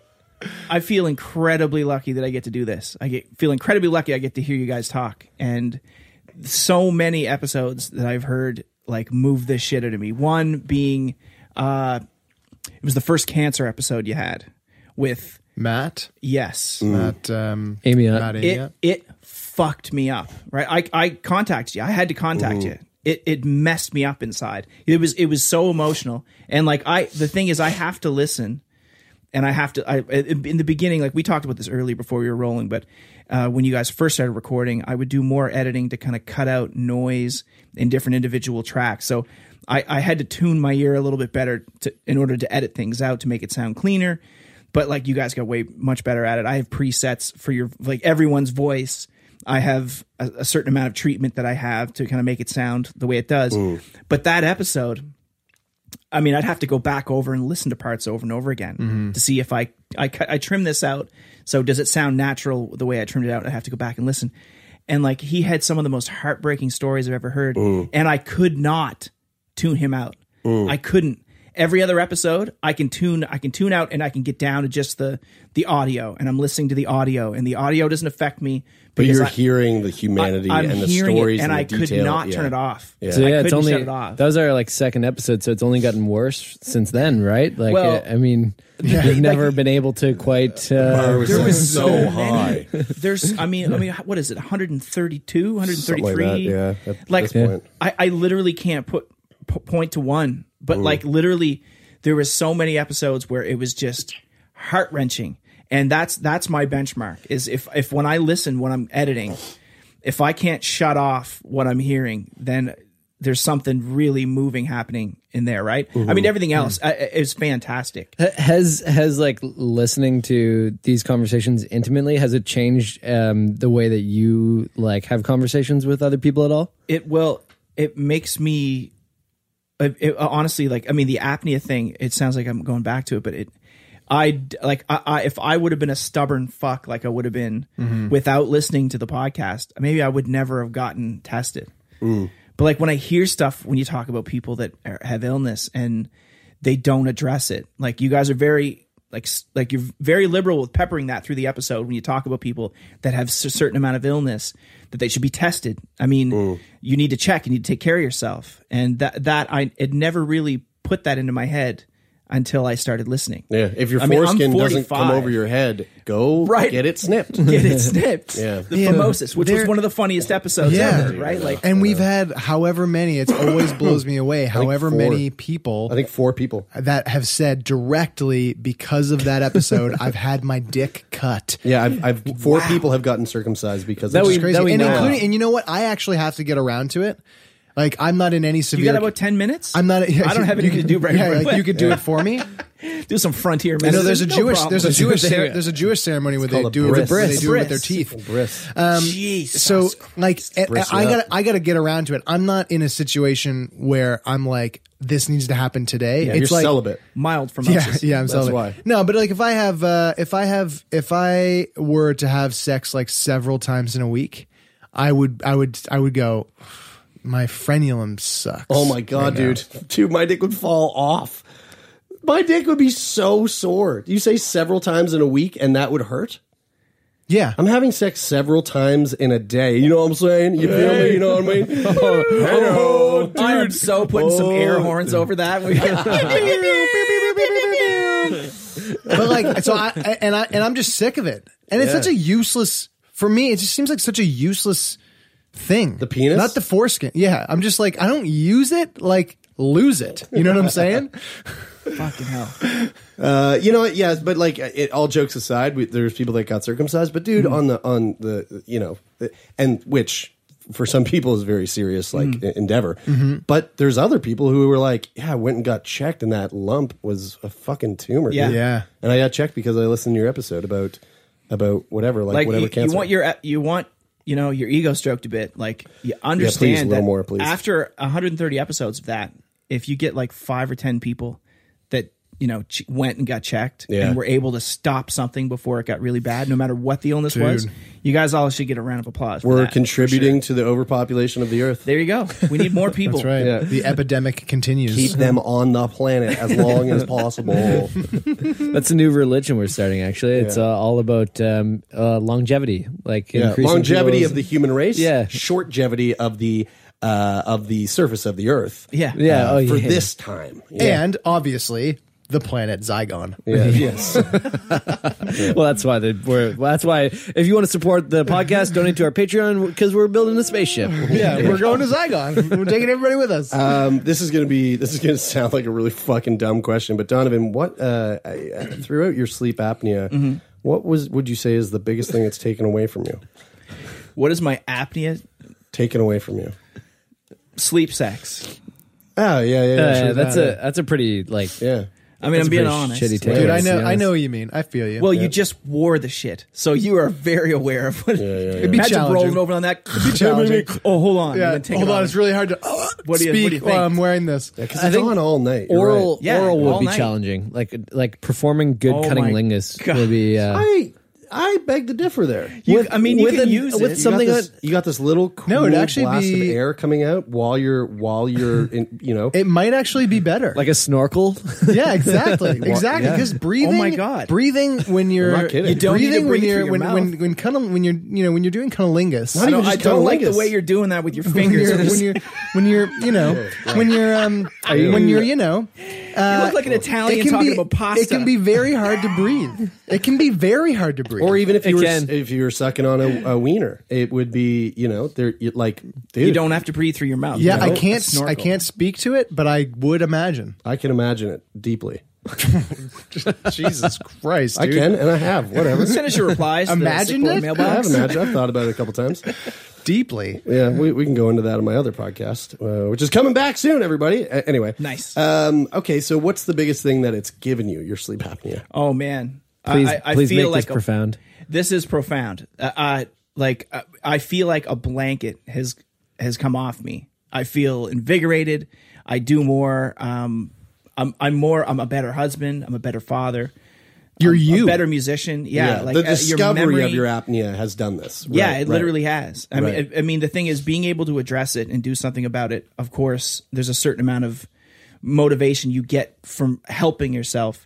Speaker 5: I feel incredibly lucky that I get to do this. I get feel incredibly lucky I get to hear you guys talk and so many episodes that I've heard like move this shit out of me. One being uh it was the first cancer episode you had with
Speaker 2: Matt.
Speaker 5: Yes.
Speaker 2: Matt. Um,
Speaker 7: Amy, uh,
Speaker 2: Matt Amiot.
Speaker 5: it it fucked me up. Right. I I contacted you. I had to contact you. It it messed me up inside. It was it was so emotional. And like I the thing is I have to listen and I have to. I in the beginning, like we talked about this earlier before we were rolling, but uh, when you guys first started recording, I would do more editing to kind of cut out noise in different individual tracks. So I, I had to tune my ear a little bit better to, in order to edit things out to make it sound cleaner. But like you guys got way much better at it. I have presets for your like everyone's voice. I have a, a certain amount of treatment that I have to kind of make it sound the way it does. But that episode, I mean, I'd have to go back over and listen to parts over and over again
Speaker 3: Mm-hmm.
Speaker 5: to see if I, I cut- I trim this out. So does it sound natural the way I trimmed it out? I have to go back and listen. And like he had some of the most heartbreaking stories I've ever heard, and I could not tune him out. I couldn't. Every other episode, I can tune I can tune out and I can get down to just the the audio, and I'm listening to the audio, and the audio doesn't affect me.
Speaker 3: But
Speaker 5: because
Speaker 3: you're
Speaker 5: I-
Speaker 3: hearing the humanity
Speaker 5: I- I'm
Speaker 3: and the
Speaker 5: hearing it,
Speaker 3: stories
Speaker 5: and
Speaker 3: the
Speaker 5: I could
Speaker 3: detail.
Speaker 5: not
Speaker 3: Yeah.
Speaker 5: turn it off.
Speaker 3: Yeah.
Speaker 7: So
Speaker 5: I
Speaker 7: yeah, it's
Speaker 5: couldn't
Speaker 7: only
Speaker 5: shut it off.
Speaker 7: that was our like second episode, so it's only gotten worse since then, right? Like,
Speaker 5: Well- [LAUGHS]
Speaker 7: I mean, we've never been able to quite.
Speaker 3: bar
Speaker 7: Uh,
Speaker 3: was There was so so many. high.
Speaker 5: There's, I mean, I mean, what is it? 132, 133?
Speaker 3: Something like that, yeah, at
Speaker 5: Like,
Speaker 3: this point.
Speaker 5: I, I literally can't put p- point to one, but like literally, there was so many episodes where it was just heart wrenching, and that's that's my benchmark. Is if if when I listen when I'm editing, if I can't shut off what I'm hearing, then there's something really moving happening in there, right? I
Speaker 3: Mm-hmm.
Speaker 5: mean, everything else
Speaker 3: Mm.
Speaker 5: uh, is fantastic.
Speaker 7: ha- has has like listening to these conversations intimately has it changed um, the way that you like have conversations with other people at all?
Speaker 5: it will it makes me it, it- uh, honestly like i mean the apnea thing it sounds like i'm going back to it but it i d- like i, I if i would have been a stubborn fuck like i would have been
Speaker 2: Mhm.
Speaker 5: without listening to the podcast maybe i would never have gotten tested but like when i hear stuff when you talk about people that are, have illness and they don't address it like you guys are very like s- like you're very liberal with peppering that through the episode when you talk about people that have a certain amount of illness that they should be tested i mean you need to check you need to take care of yourself and that that i it never really put that into my head until I started listening.
Speaker 3: Yeah, if your
Speaker 5: I mean, I'm
Speaker 3: foreskin doesn't
Speaker 5: 45.
Speaker 3: come over your head, go
Speaker 5: Right.
Speaker 3: get it
Speaker 5: [LAUGHS]
Speaker 3: snipped.
Speaker 5: Get it snipped.
Speaker 3: yeah.
Speaker 5: The Phimosis, which was
Speaker 2: There-
Speaker 5: one of the funniest episodes
Speaker 2: yeah,
Speaker 5: ever, right? Like
Speaker 2: and we've had however many.
Speaker 5: [COUGHS]
Speaker 2: It always blows me away. However
Speaker 3: four.
Speaker 2: many people, I
Speaker 3: think four people
Speaker 2: that have said directly because of that
Speaker 5: [LAUGHS]
Speaker 2: episode, I've had my dick cut.
Speaker 3: Yeah, I've, I've four people have gotten circumcised because
Speaker 2: That
Speaker 3: of
Speaker 2: was
Speaker 3: it.
Speaker 2: crazy. and including, and you know what? I actually have to get around to it. Like I'm not in any severe.
Speaker 5: got about 10 minutes?
Speaker 2: I'm not. [LAUGHS]
Speaker 5: I don't have anything
Speaker 2: you
Speaker 5: to
Speaker 2: could-
Speaker 5: do right
Speaker 2: [LAUGHS] yeah,
Speaker 5: away.
Speaker 2: like, you could do
Speaker 5: Yeah.
Speaker 2: it for
Speaker 5: [LAUGHS]
Speaker 2: me.
Speaker 5: do some frontier.
Speaker 2: I know there's a
Speaker 5: medicine. No
Speaker 2: Jewish there's a
Speaker 5: problem. [LAUGHS]
Speaker 7: [LAUGHS]
Speaker 2: Jewish cer- there's a Jewish ceremony where they
Speaker 5: called a
Speaker 2: do it with,
Speaker 5: bris.
Speaker 2: where they do it with their
Speaker 5: Bris.
Speaker 2: teeth.
Speaker 3: Bris.
Speaker 7: Uh,
Speaker 2: Um,
Speaker 5: Jesus
Speaker 2: so like and-
Speaker 5: Bris
Speaker 2: I
Speaker 5: it
Speaker 2: gotta
Speaker 5: up.
Speaker 2: I gotta get around to it. I'm not in a situation where I'm like this needs to happen today.
Speaker 3: Yeah,
Speaker 2: it's
Speaker 3: you're
Speaker 2: like
Speaker 3: celibate.
Speaker 5: mild from
Speaker 2: [LAUGHS] yeah, yeah, I'm
Speaker 3: That's
Speaker 2: celibate.
Speaker 3: why.
Speaker 2: No, but like if I have uh, if I have if I were to have sex like several times in a week, I would I would I would go. My frenulum sucks.
Speaker 3: Oh my god,
Speaker 2: right now."
Speaker 3: dude, dude, my dick would fall off. My dick would be so sore. You say several times in a week, and that would hurt.
Speaker 2: Yeah,
Speaker 3: I'm having sex several times in a day. You know what I'm saying? You feel me? You know what I mean?
Speaker 5: Oh, dude. I am so putting some air
Speaker 3: Oh.
Speaker 5: horns over that. We-
Speaker 2: [LAUGHS] but like so I and I and I'm just sick of it. And it's
Speaker 3: Yeah.
Speaker 2: such a useless for me. It just seems like such a useless thing. The
Speaker 3: penis?
Speaker 2: not the foreskin. Yeah, I'm just like I don't use it. Like lose it. You know what I'm saying?
Speaker 5: Fucking hell.
Speaker 3: Uh, you know, what? yeah, but like, it, all jokes aside, we, there's people that got circumcised, but dude, on the on the you know, the- and which for some people is a very serious like
Speaker 12: Mm.
Speaker 3: e- endeavor.
Speaker 12: Mhm.
Speaker 3: But there's other people who were like, yeah, I went and got checked, and that lump was a fucking
Speaker 5: [LAUGHS]
Speaker 3: tumor.
Speaker 5: Yeah.
Speaker 3: dude.
Speaker 5: Yeah.
Speaker 3: And I got checked because I listened to your episode about about whatever, like, whatever
Speaker 5: you,
Speaker 3: cancer.
Speaker 5: You want your you want you know your ego stroked a bit. Like you understand
Speaker 3: a little
Speaker 5: that
Speaker 3: more, please.
Speaker 5: after 130 episodes of that, if you get like five or ten people that you know ch- went and got checked
Speaker 3: Yeah.
Speaker 5: and were able to stop something before it got really bad, no matter what the illness was,
Speaker 3: Dude.
Speaker 5: you guys all should get a round of applause. For
Speaker 3: We're
Speaker 5: that.
Speaker 3: contributing to the overpopulation of the earth.
Speaker 5: There you go. We need more people.
Speaker 2: [LAUGHS] That's right.
Speaker 3: Yeah.
Speaker 2: The epidemic continues.
Speaker 3: Keep them on the planet as
Speaker 5: [LAUGHS]
Speaker 3: long as possible.
Speaker 7: That's a new religion we're starting. Actually, it's uh, all about um, uh, longevity, like
Speaker 3: Yeah,
Speaker 7: increasing
Speaker 3: longevity
Speaker 7: people's-
Speaker 3: of the human race.
Speaker 7: Yeah.
Speaker 3: shortgevity of the uh, of the surface of the earth.
Speaker 5: Yeah,
Speaker 7: Yeah,
Speaker 3: uh,
Speaker 7: oh,
Speaker 3: for
Speaker 7: yeah.
Speaker 3: this time.
Speaker 2: And obviously the planet Zygon.
Speaker 3: Yeah. yes.
Speaker 7: Well, that's why the we're, well, that's why if you want to support the podcast, donate to our Patreon because we're building a spaceship.
Speaker 2: Yeah, we're going to Zygon. We're taking everybody
Speaker 5: [LAUGHS]
Speaker 2: with us.
Speaker 3: Um, this is gonna be this is gonna sound like a really fucking dumb question, but Donovan, what uh, I- I- throughout your sleep apnea,
Speaker 5: Mm-hmm.
Speaker 3: what was would you say is the biggest thing that's taken away from you?
Speaker 5: What is my apnea?
Speaker 3: Taken away from you?
Speaker 5: Sleep sex.
Speaker 3: Oh yeah, yeah,
Speaker 7: Uh,
Speaker 3: yeah, sure.
Speaker 7: that's a that's a pretty like
Speaker 3: yeah.
Speaker 5: I mean,
Speaker 7: that's
Speaker 5: I'm
Speaker 7: a
Speaker 5: being
Speaker 7: pretty
Speaker 5: honest.
Speaker 7: Shitty take
Speaker 2: Dude,
Speaker 7: on
Speaker 2: I
Speaker 7: this,
Speaker 2: know
Speaker 7: to be
Speaker 2: I know
Speaker 7: honest.
Speaker 2: what you mean. I feel you.
Speaker 5: Well, you just wore the shit, so you are very aware of what.
Speaker 2: It'd be
Speaker 5: Imagine
Speaker 2: challenging.
Speaker 5: rolling over on that.
Speaker 2: It'd
Speaker 5: [LAUGHS]
Speaker 2: be challenging.
Speaker 5: Oh, hold on.
Speaker 2: Yeah,
Speaker 5: and then take
Speaker 2: hold
Speaker 5: it
Speaker 2: on. It's really hard to
Speaker 5: What do you- what do
Speaker 2: speak
Speaker 5: you think?
Speaker 2: while I'm wearing this.
Speaker 3: Because it's on all night. You're
Speaker 7: Oral
Speaker 3: right. Yeah,
Speaker 7: oral
Speaker 3: all
Speaker 7: would be
Speaker 3: night.
Speaker 7: challenging. Like like performing good
Speaker 3: Oh
Speaker 7: cutting
Speaker 3: my
Speaker 7: lingus would be. Uh,
Speaker 3: I I beg to differ there.
Speaker 7: You- With- I mean, you with can an- use with it. something
Speaker 3: you got, this,
Speaker 7: that-
Speaker 3: you got this little cool
Speaker 2: No, it'd actually
Speaker 3: blast
Speaker 2: be-
Speaker 3: of air coming out while you're while you're in, you know
Speaker 2: It might actually be better.
Speaker 7: like a snorkel.
Speaker 2: [LAUGHS]
Speaker 7: [LAUGHS]
Speaker 2: Yeah, exactly,
Speaker 3: Well,
Speaker 2: exactly.
Speaker 3: yeah.
Speaker 2: Because breathing,
Speaker 3: Oh my God.
Speaker 2: breathing when you're
Speaker 3: not kidding.
Speaker 5: You don't need to
Speaker 2: breathing when
Speaker 5: breathe
Speaker 2: you're
Speaker 5: through
Speaker 2: when,
Speaker 5: your
Speaker 2: when when cunnil- when you're you know when you're doing cunnilingus.
Speaker 5: I don't, I don't like the way you're doing that with your fingers.
Speaker 2: [LAUGHS] When you're, when you're, when you're,
Speaker 5: [LAUGHS]
Speaker 2: you know, when you're, um,
Speaker 5: Are you-
Speaker 2: when you're, you know, uh,
Speaker 5: look like an Italian talking
Speaker 2: be,
Speaker 5: about pasta.
Speaker 2: It can be very hard to breathe. It can be very hard to breathe.
Speaker 3: or even if you
Speaker 2: Again.
Speaker 3: were if you were sucking on a, a wiener, it would be you know there you, like dude,
Speaker 5: you don't have to breathe through your mouth.
Speaker 2: yeah,
Speaker 5: you
Speaker 2: I
Speaker 5: know?
Speaker 2: can't,
Speaker 5: Snorkel.
Speaker 2: I can't speak to it, but I
Speaker 5: [LAUGHS]
Speaker 2: would imagine.
Speaker 3: I can imagine it deeply.
Speaker 2: Jesus Christ,
Speaker 3: I
Speaker 2: dude.
Speaker 3: can and I
Speaker 5: [LAUGHS]
Speaker 3: have whatever.
Speaker 5: Send us your replies to the
Speaker 2: Imagine
Speaker 5: Sickboy
Speaker 2: it?
Speaker 3: I have
Speaker 5: mailbox.
Speaker 3: imagined. I've thought about it a couple times.
Speaker 2: Deeply.
Speaker 3: Yeah, we, we can go into that on my other podcast, uh, which is coming back soon, everybody. A- anyway.
Speaker 5: Nice.
Speaker 3: Um, okay, so what's the biggest thing that it's given you, your sleep apnea?
Speaker 5: Oh man,
Speaker 7: Please-
Speaker 5: I, I
Speaker 7: please
Speaker 5: feel
Speaker 7: make this
Speaker 5: like a-
Speaker 7: profound.
Speaker 5: This is profound. Uh, I like uh, I feel like a blanket has has come off me. I feel invigorated. I do more. Um, I'm I'm more. I'm a better husband. I'm a better father.
Speaker 2: You're
Speaker 5: I'm
Speaker 2: you.
Speaker 5: a better musician. Yeah, like uh,
Speaker 3: the
Speaker 5: your
Speaker 3: discovery
Speaker 5: memory-
Speaker 3: of your apnea has done this.
Speaker 5: yeah,
Speaker 3: Right,
Speaker 5: it
Speaker 3: right.
Speaker 5: literally has. I
Speaker 3: Right.
Speaker 5: mean, I, I mean, the thing is, being able to address it and do something about it. Of course, there's a certain amount of motivation you get from helping yourself.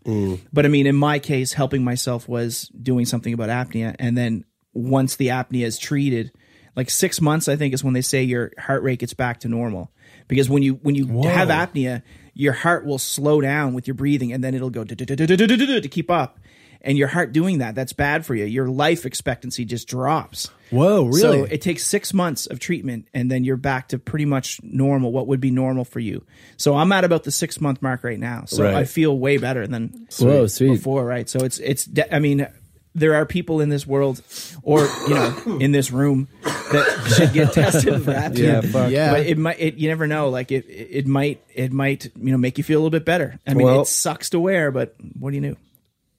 Speaker 5: But I mean, in my case, helping myself was doing something about apnea, and then once the apnea is treated, like six months, I think, is when they say your heart rate gets back to normal. Because when you when you have apnea, your heart will slow down with your breathing, and then it'll go to keep up. And your heart doing that, that's bad for you. Your life expectancy just drops.
Speaker 2: Whoa,
Speaker 5: So
Speaker 2: Oh, really?
Speaker 5: it takes six months of treatment, and then you're back to pretty much normal, what would be normal for you. So I'm at about the six month mark right now. So
Speaker 7: Right.
Speaker 5: I feel way better than
Speaker 7: Whoa, sweet.
Speaker 5: before, right? So it's it's. De- I mean, there are people in this world, or you know, in this room, that should get tested for apnea.
Speaker 2: Yeah, fuck. Yeah.
Speaker 5: But it might. It, you never know. Like it, it. it might. It might. You know, make you feel a little bit better. I mean,
Speaker 2: Well-
Speaker 5: it sucks to wear, but what do you do?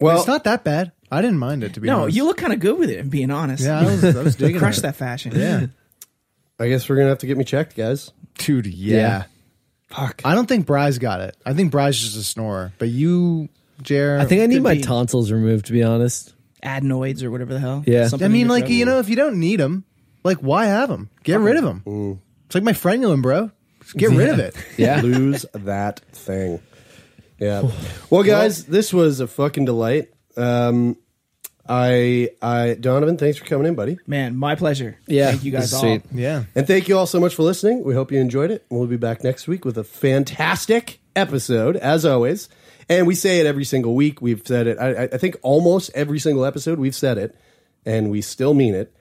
Speaker 2: Well, it's not that bad. I didn't mind it to be
Speaker 5: No,
Speaker 2: honest.
Speaker 5: you look kind of good with it. I'm being honest.
Speaker 2: Yeah, I was-
Speaker 5: [LAUGHS]
Speaker 2: I was digging
Speaker 5: Crush
Speaker 2: it.
Speaker 5: that fashion.
Speaker 2: Yeah.
Speaker 3: I guess we're gonna have to get me checked, guys.
Speaker 2: Dude, yeah. Fuck. I don't think Bry's got it. I think Bry's just a snorer. But you, Jer,
Speaker 7: I think I need
Speaker 2: could
Speaker 7: my
Speaker 2: be-
Speaker 7: tonsils removed, to be honest.
Speaker 5: Adenoids or whatever the hell.
Speaker 7: Yeah.
Speaker 2: I mean, like you know, if you don't need them, like why have them? Get rid of them. It's like my frenulum, bro. Just get rid of it.
Speaker 3: [LAUGHS] Lose that thing. Yeah. Well, guys, this was a fucking delight. Um, I, I, Donovan, thanks for coming in, buddy.
Speaker 5: Man, my pleasure. Thank you guys all.
Speaker 2: Yeah.
Speaker 3: And thank you all so much for listening. We hope you enjoyed it. We'll be back next week with a fantastic episode, as always. And we say it every single week. We've said it, I, I- I think almost every single episode, we've said it, and we still mean it.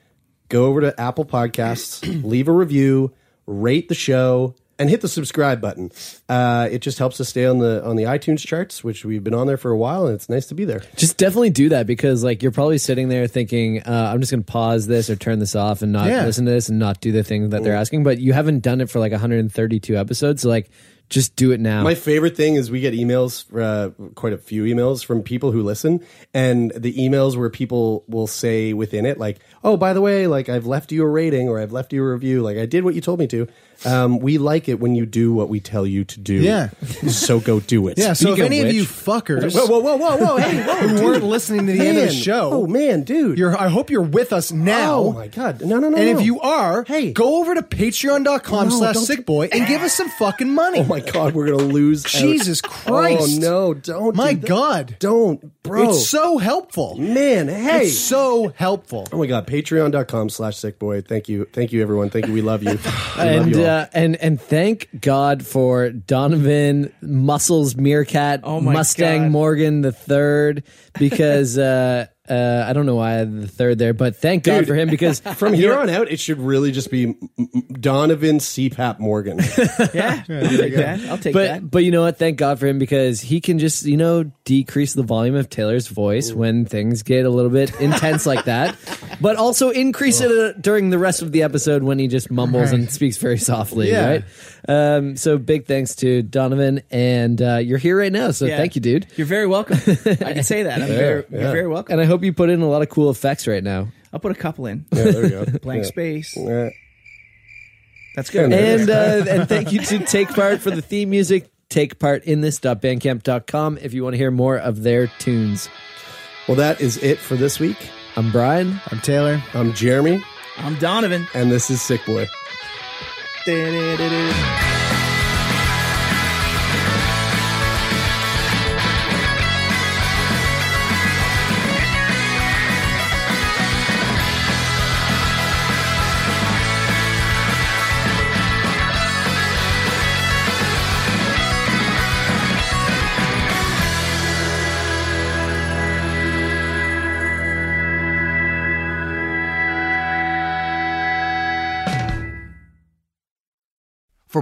Speaker 3: Go over to Apple Podcasts, [CLEARS THROAT] leave a review, rate the show, and hit the subscribe button. Uh, it just helps us stay on the on the iTunes charts, which we've been on there for a while, and it's nice to be there.
Speaker 7: Just definitely do that because like you're probably sitting there thinking, uh, I'm just going to pause this or turn this off and not
Speaker 3: Yeah.
Speaker 7: listen to this and not do the thing that they're asking. But you haven't done it for like 132 episodes, so like just do it now.
Speaker 3: My favorite thing is we get emails, uh, quite a few emails from people who listen, and the emails where people will say within it, like, "Oh, by the way, like I've left you a rating or I've left you a review, like I did what you told me to." Um, we like it when you do what we tell you to do.
Speaker 2: Yeah.
Speaker 3: so go do
Speaker 2: [LAUGHS]
Speaker 3: it.
Speaker 2: Yeah. So if any of you fuckers,
Speaker 3: whoa, whoa, whoa, whoa,
Speaker 2: [LAUGHS]
Speaker 3: whoa, hey, whoa,
Speaker 2: who
Speaker 3: dude.
Speaker 2: weren't listening to the end of the
Speaker 3: Man.
Speaker 2: show,
Speaker 3: Oh, man, dude,
Speaker 2: you're, I hope you're with us now.
Speaker 3: Oh, my God. No, no, no,
Speaker 2: And
Speaker 3: no.
Speaker 2: if you are, hey, go over to patreon.com
Speaker 3: No,
Speaker 2: slash
Speaker 3: don't-
Speaker 2: sickboy and give us some fucking money. Oh
Speaker 3: my God, we're gonna lose. out.
Speaker 2: Jesus Christ!
Speaker 3: Oh no, don't.
Speaker 2: My
Speaker 3: do that.
Speaker 2: God,
Speaker 3: don't, bro.
Speaker 2: It's so helpful,
Speaker 3: man. Hey,
Speaker 2: it's so helpful.
Speaker 3: Oh my god, patreon.com slash sickboy. Thank you. Thank you everyone. Thank you.
Speaker 7: [LAUGHS]
Speaker 3: We love you. We love
Speaker 7: and
Speaker 3: you all.
Speaker 7: uh, and and thank God for Donovan Muscles Meerkat
Speaker 5: Oh my
Speaker 7: Mustang
Speaker 5: God.
Speaker 7: Morgan the third
Speaker 5: [LAUGHS]
Speaker 7: because uh, uh, I don't know why I had the third there, but thank God
Speaker 3: Dude,
Speaker 7: for him because
Speaker 3: [LAUGHS] from here on out, it should really just be M- M- Donovan CPAP Morgan.
Speaker 5: I'll take
Speaker 7: but,
Speaker 5: that.
Speaker 7: But you know what? Thank God for him because he can just, you know, decrease the volume of Taylor's voice when things get a little bit intense
Speaker 5: [LAUGHS]
Speaker 7: like that, but also increase it uh, during the rest of the episode when he just mumbles and speaks very softly,
Speaker 5: Yeah.
Speaker 7: right? Um, so big thanks to Donovan. And uh, you're here right now. So
Speaker 5: Yeah.
Speaker 7: thank you, dude. Uh,
Speaker 5: You're very welcome. I can say
Speaker 7: [LAUGHS]
Speaker 5: that. I'm very, You're very welcome.
Speaker 7: And I hope you put in a lot of cool effects right now.
Speaker 5: I'll put a couple in.
Speaker 7: Yeah, there we go.
Speaker 5: Blank
Speaker 7: Yeah.
Speaker 5: space. That's good. [LAUGHS]
Speaker 7: and uh, and thank you to Take Part for the theme music. Take part in this.bandcamp.com if you want to hear more of their tunes.
Speaker 3: Well, that is it for this week.
Speaker 7: I'm Brian.
Speaker 2: I'm Taylor.
Speaker 3: I'm Jeremy.
Speaker 5: I'm Donovan.
Speaker 3: And this is Sick Boy.
Speaker 12: For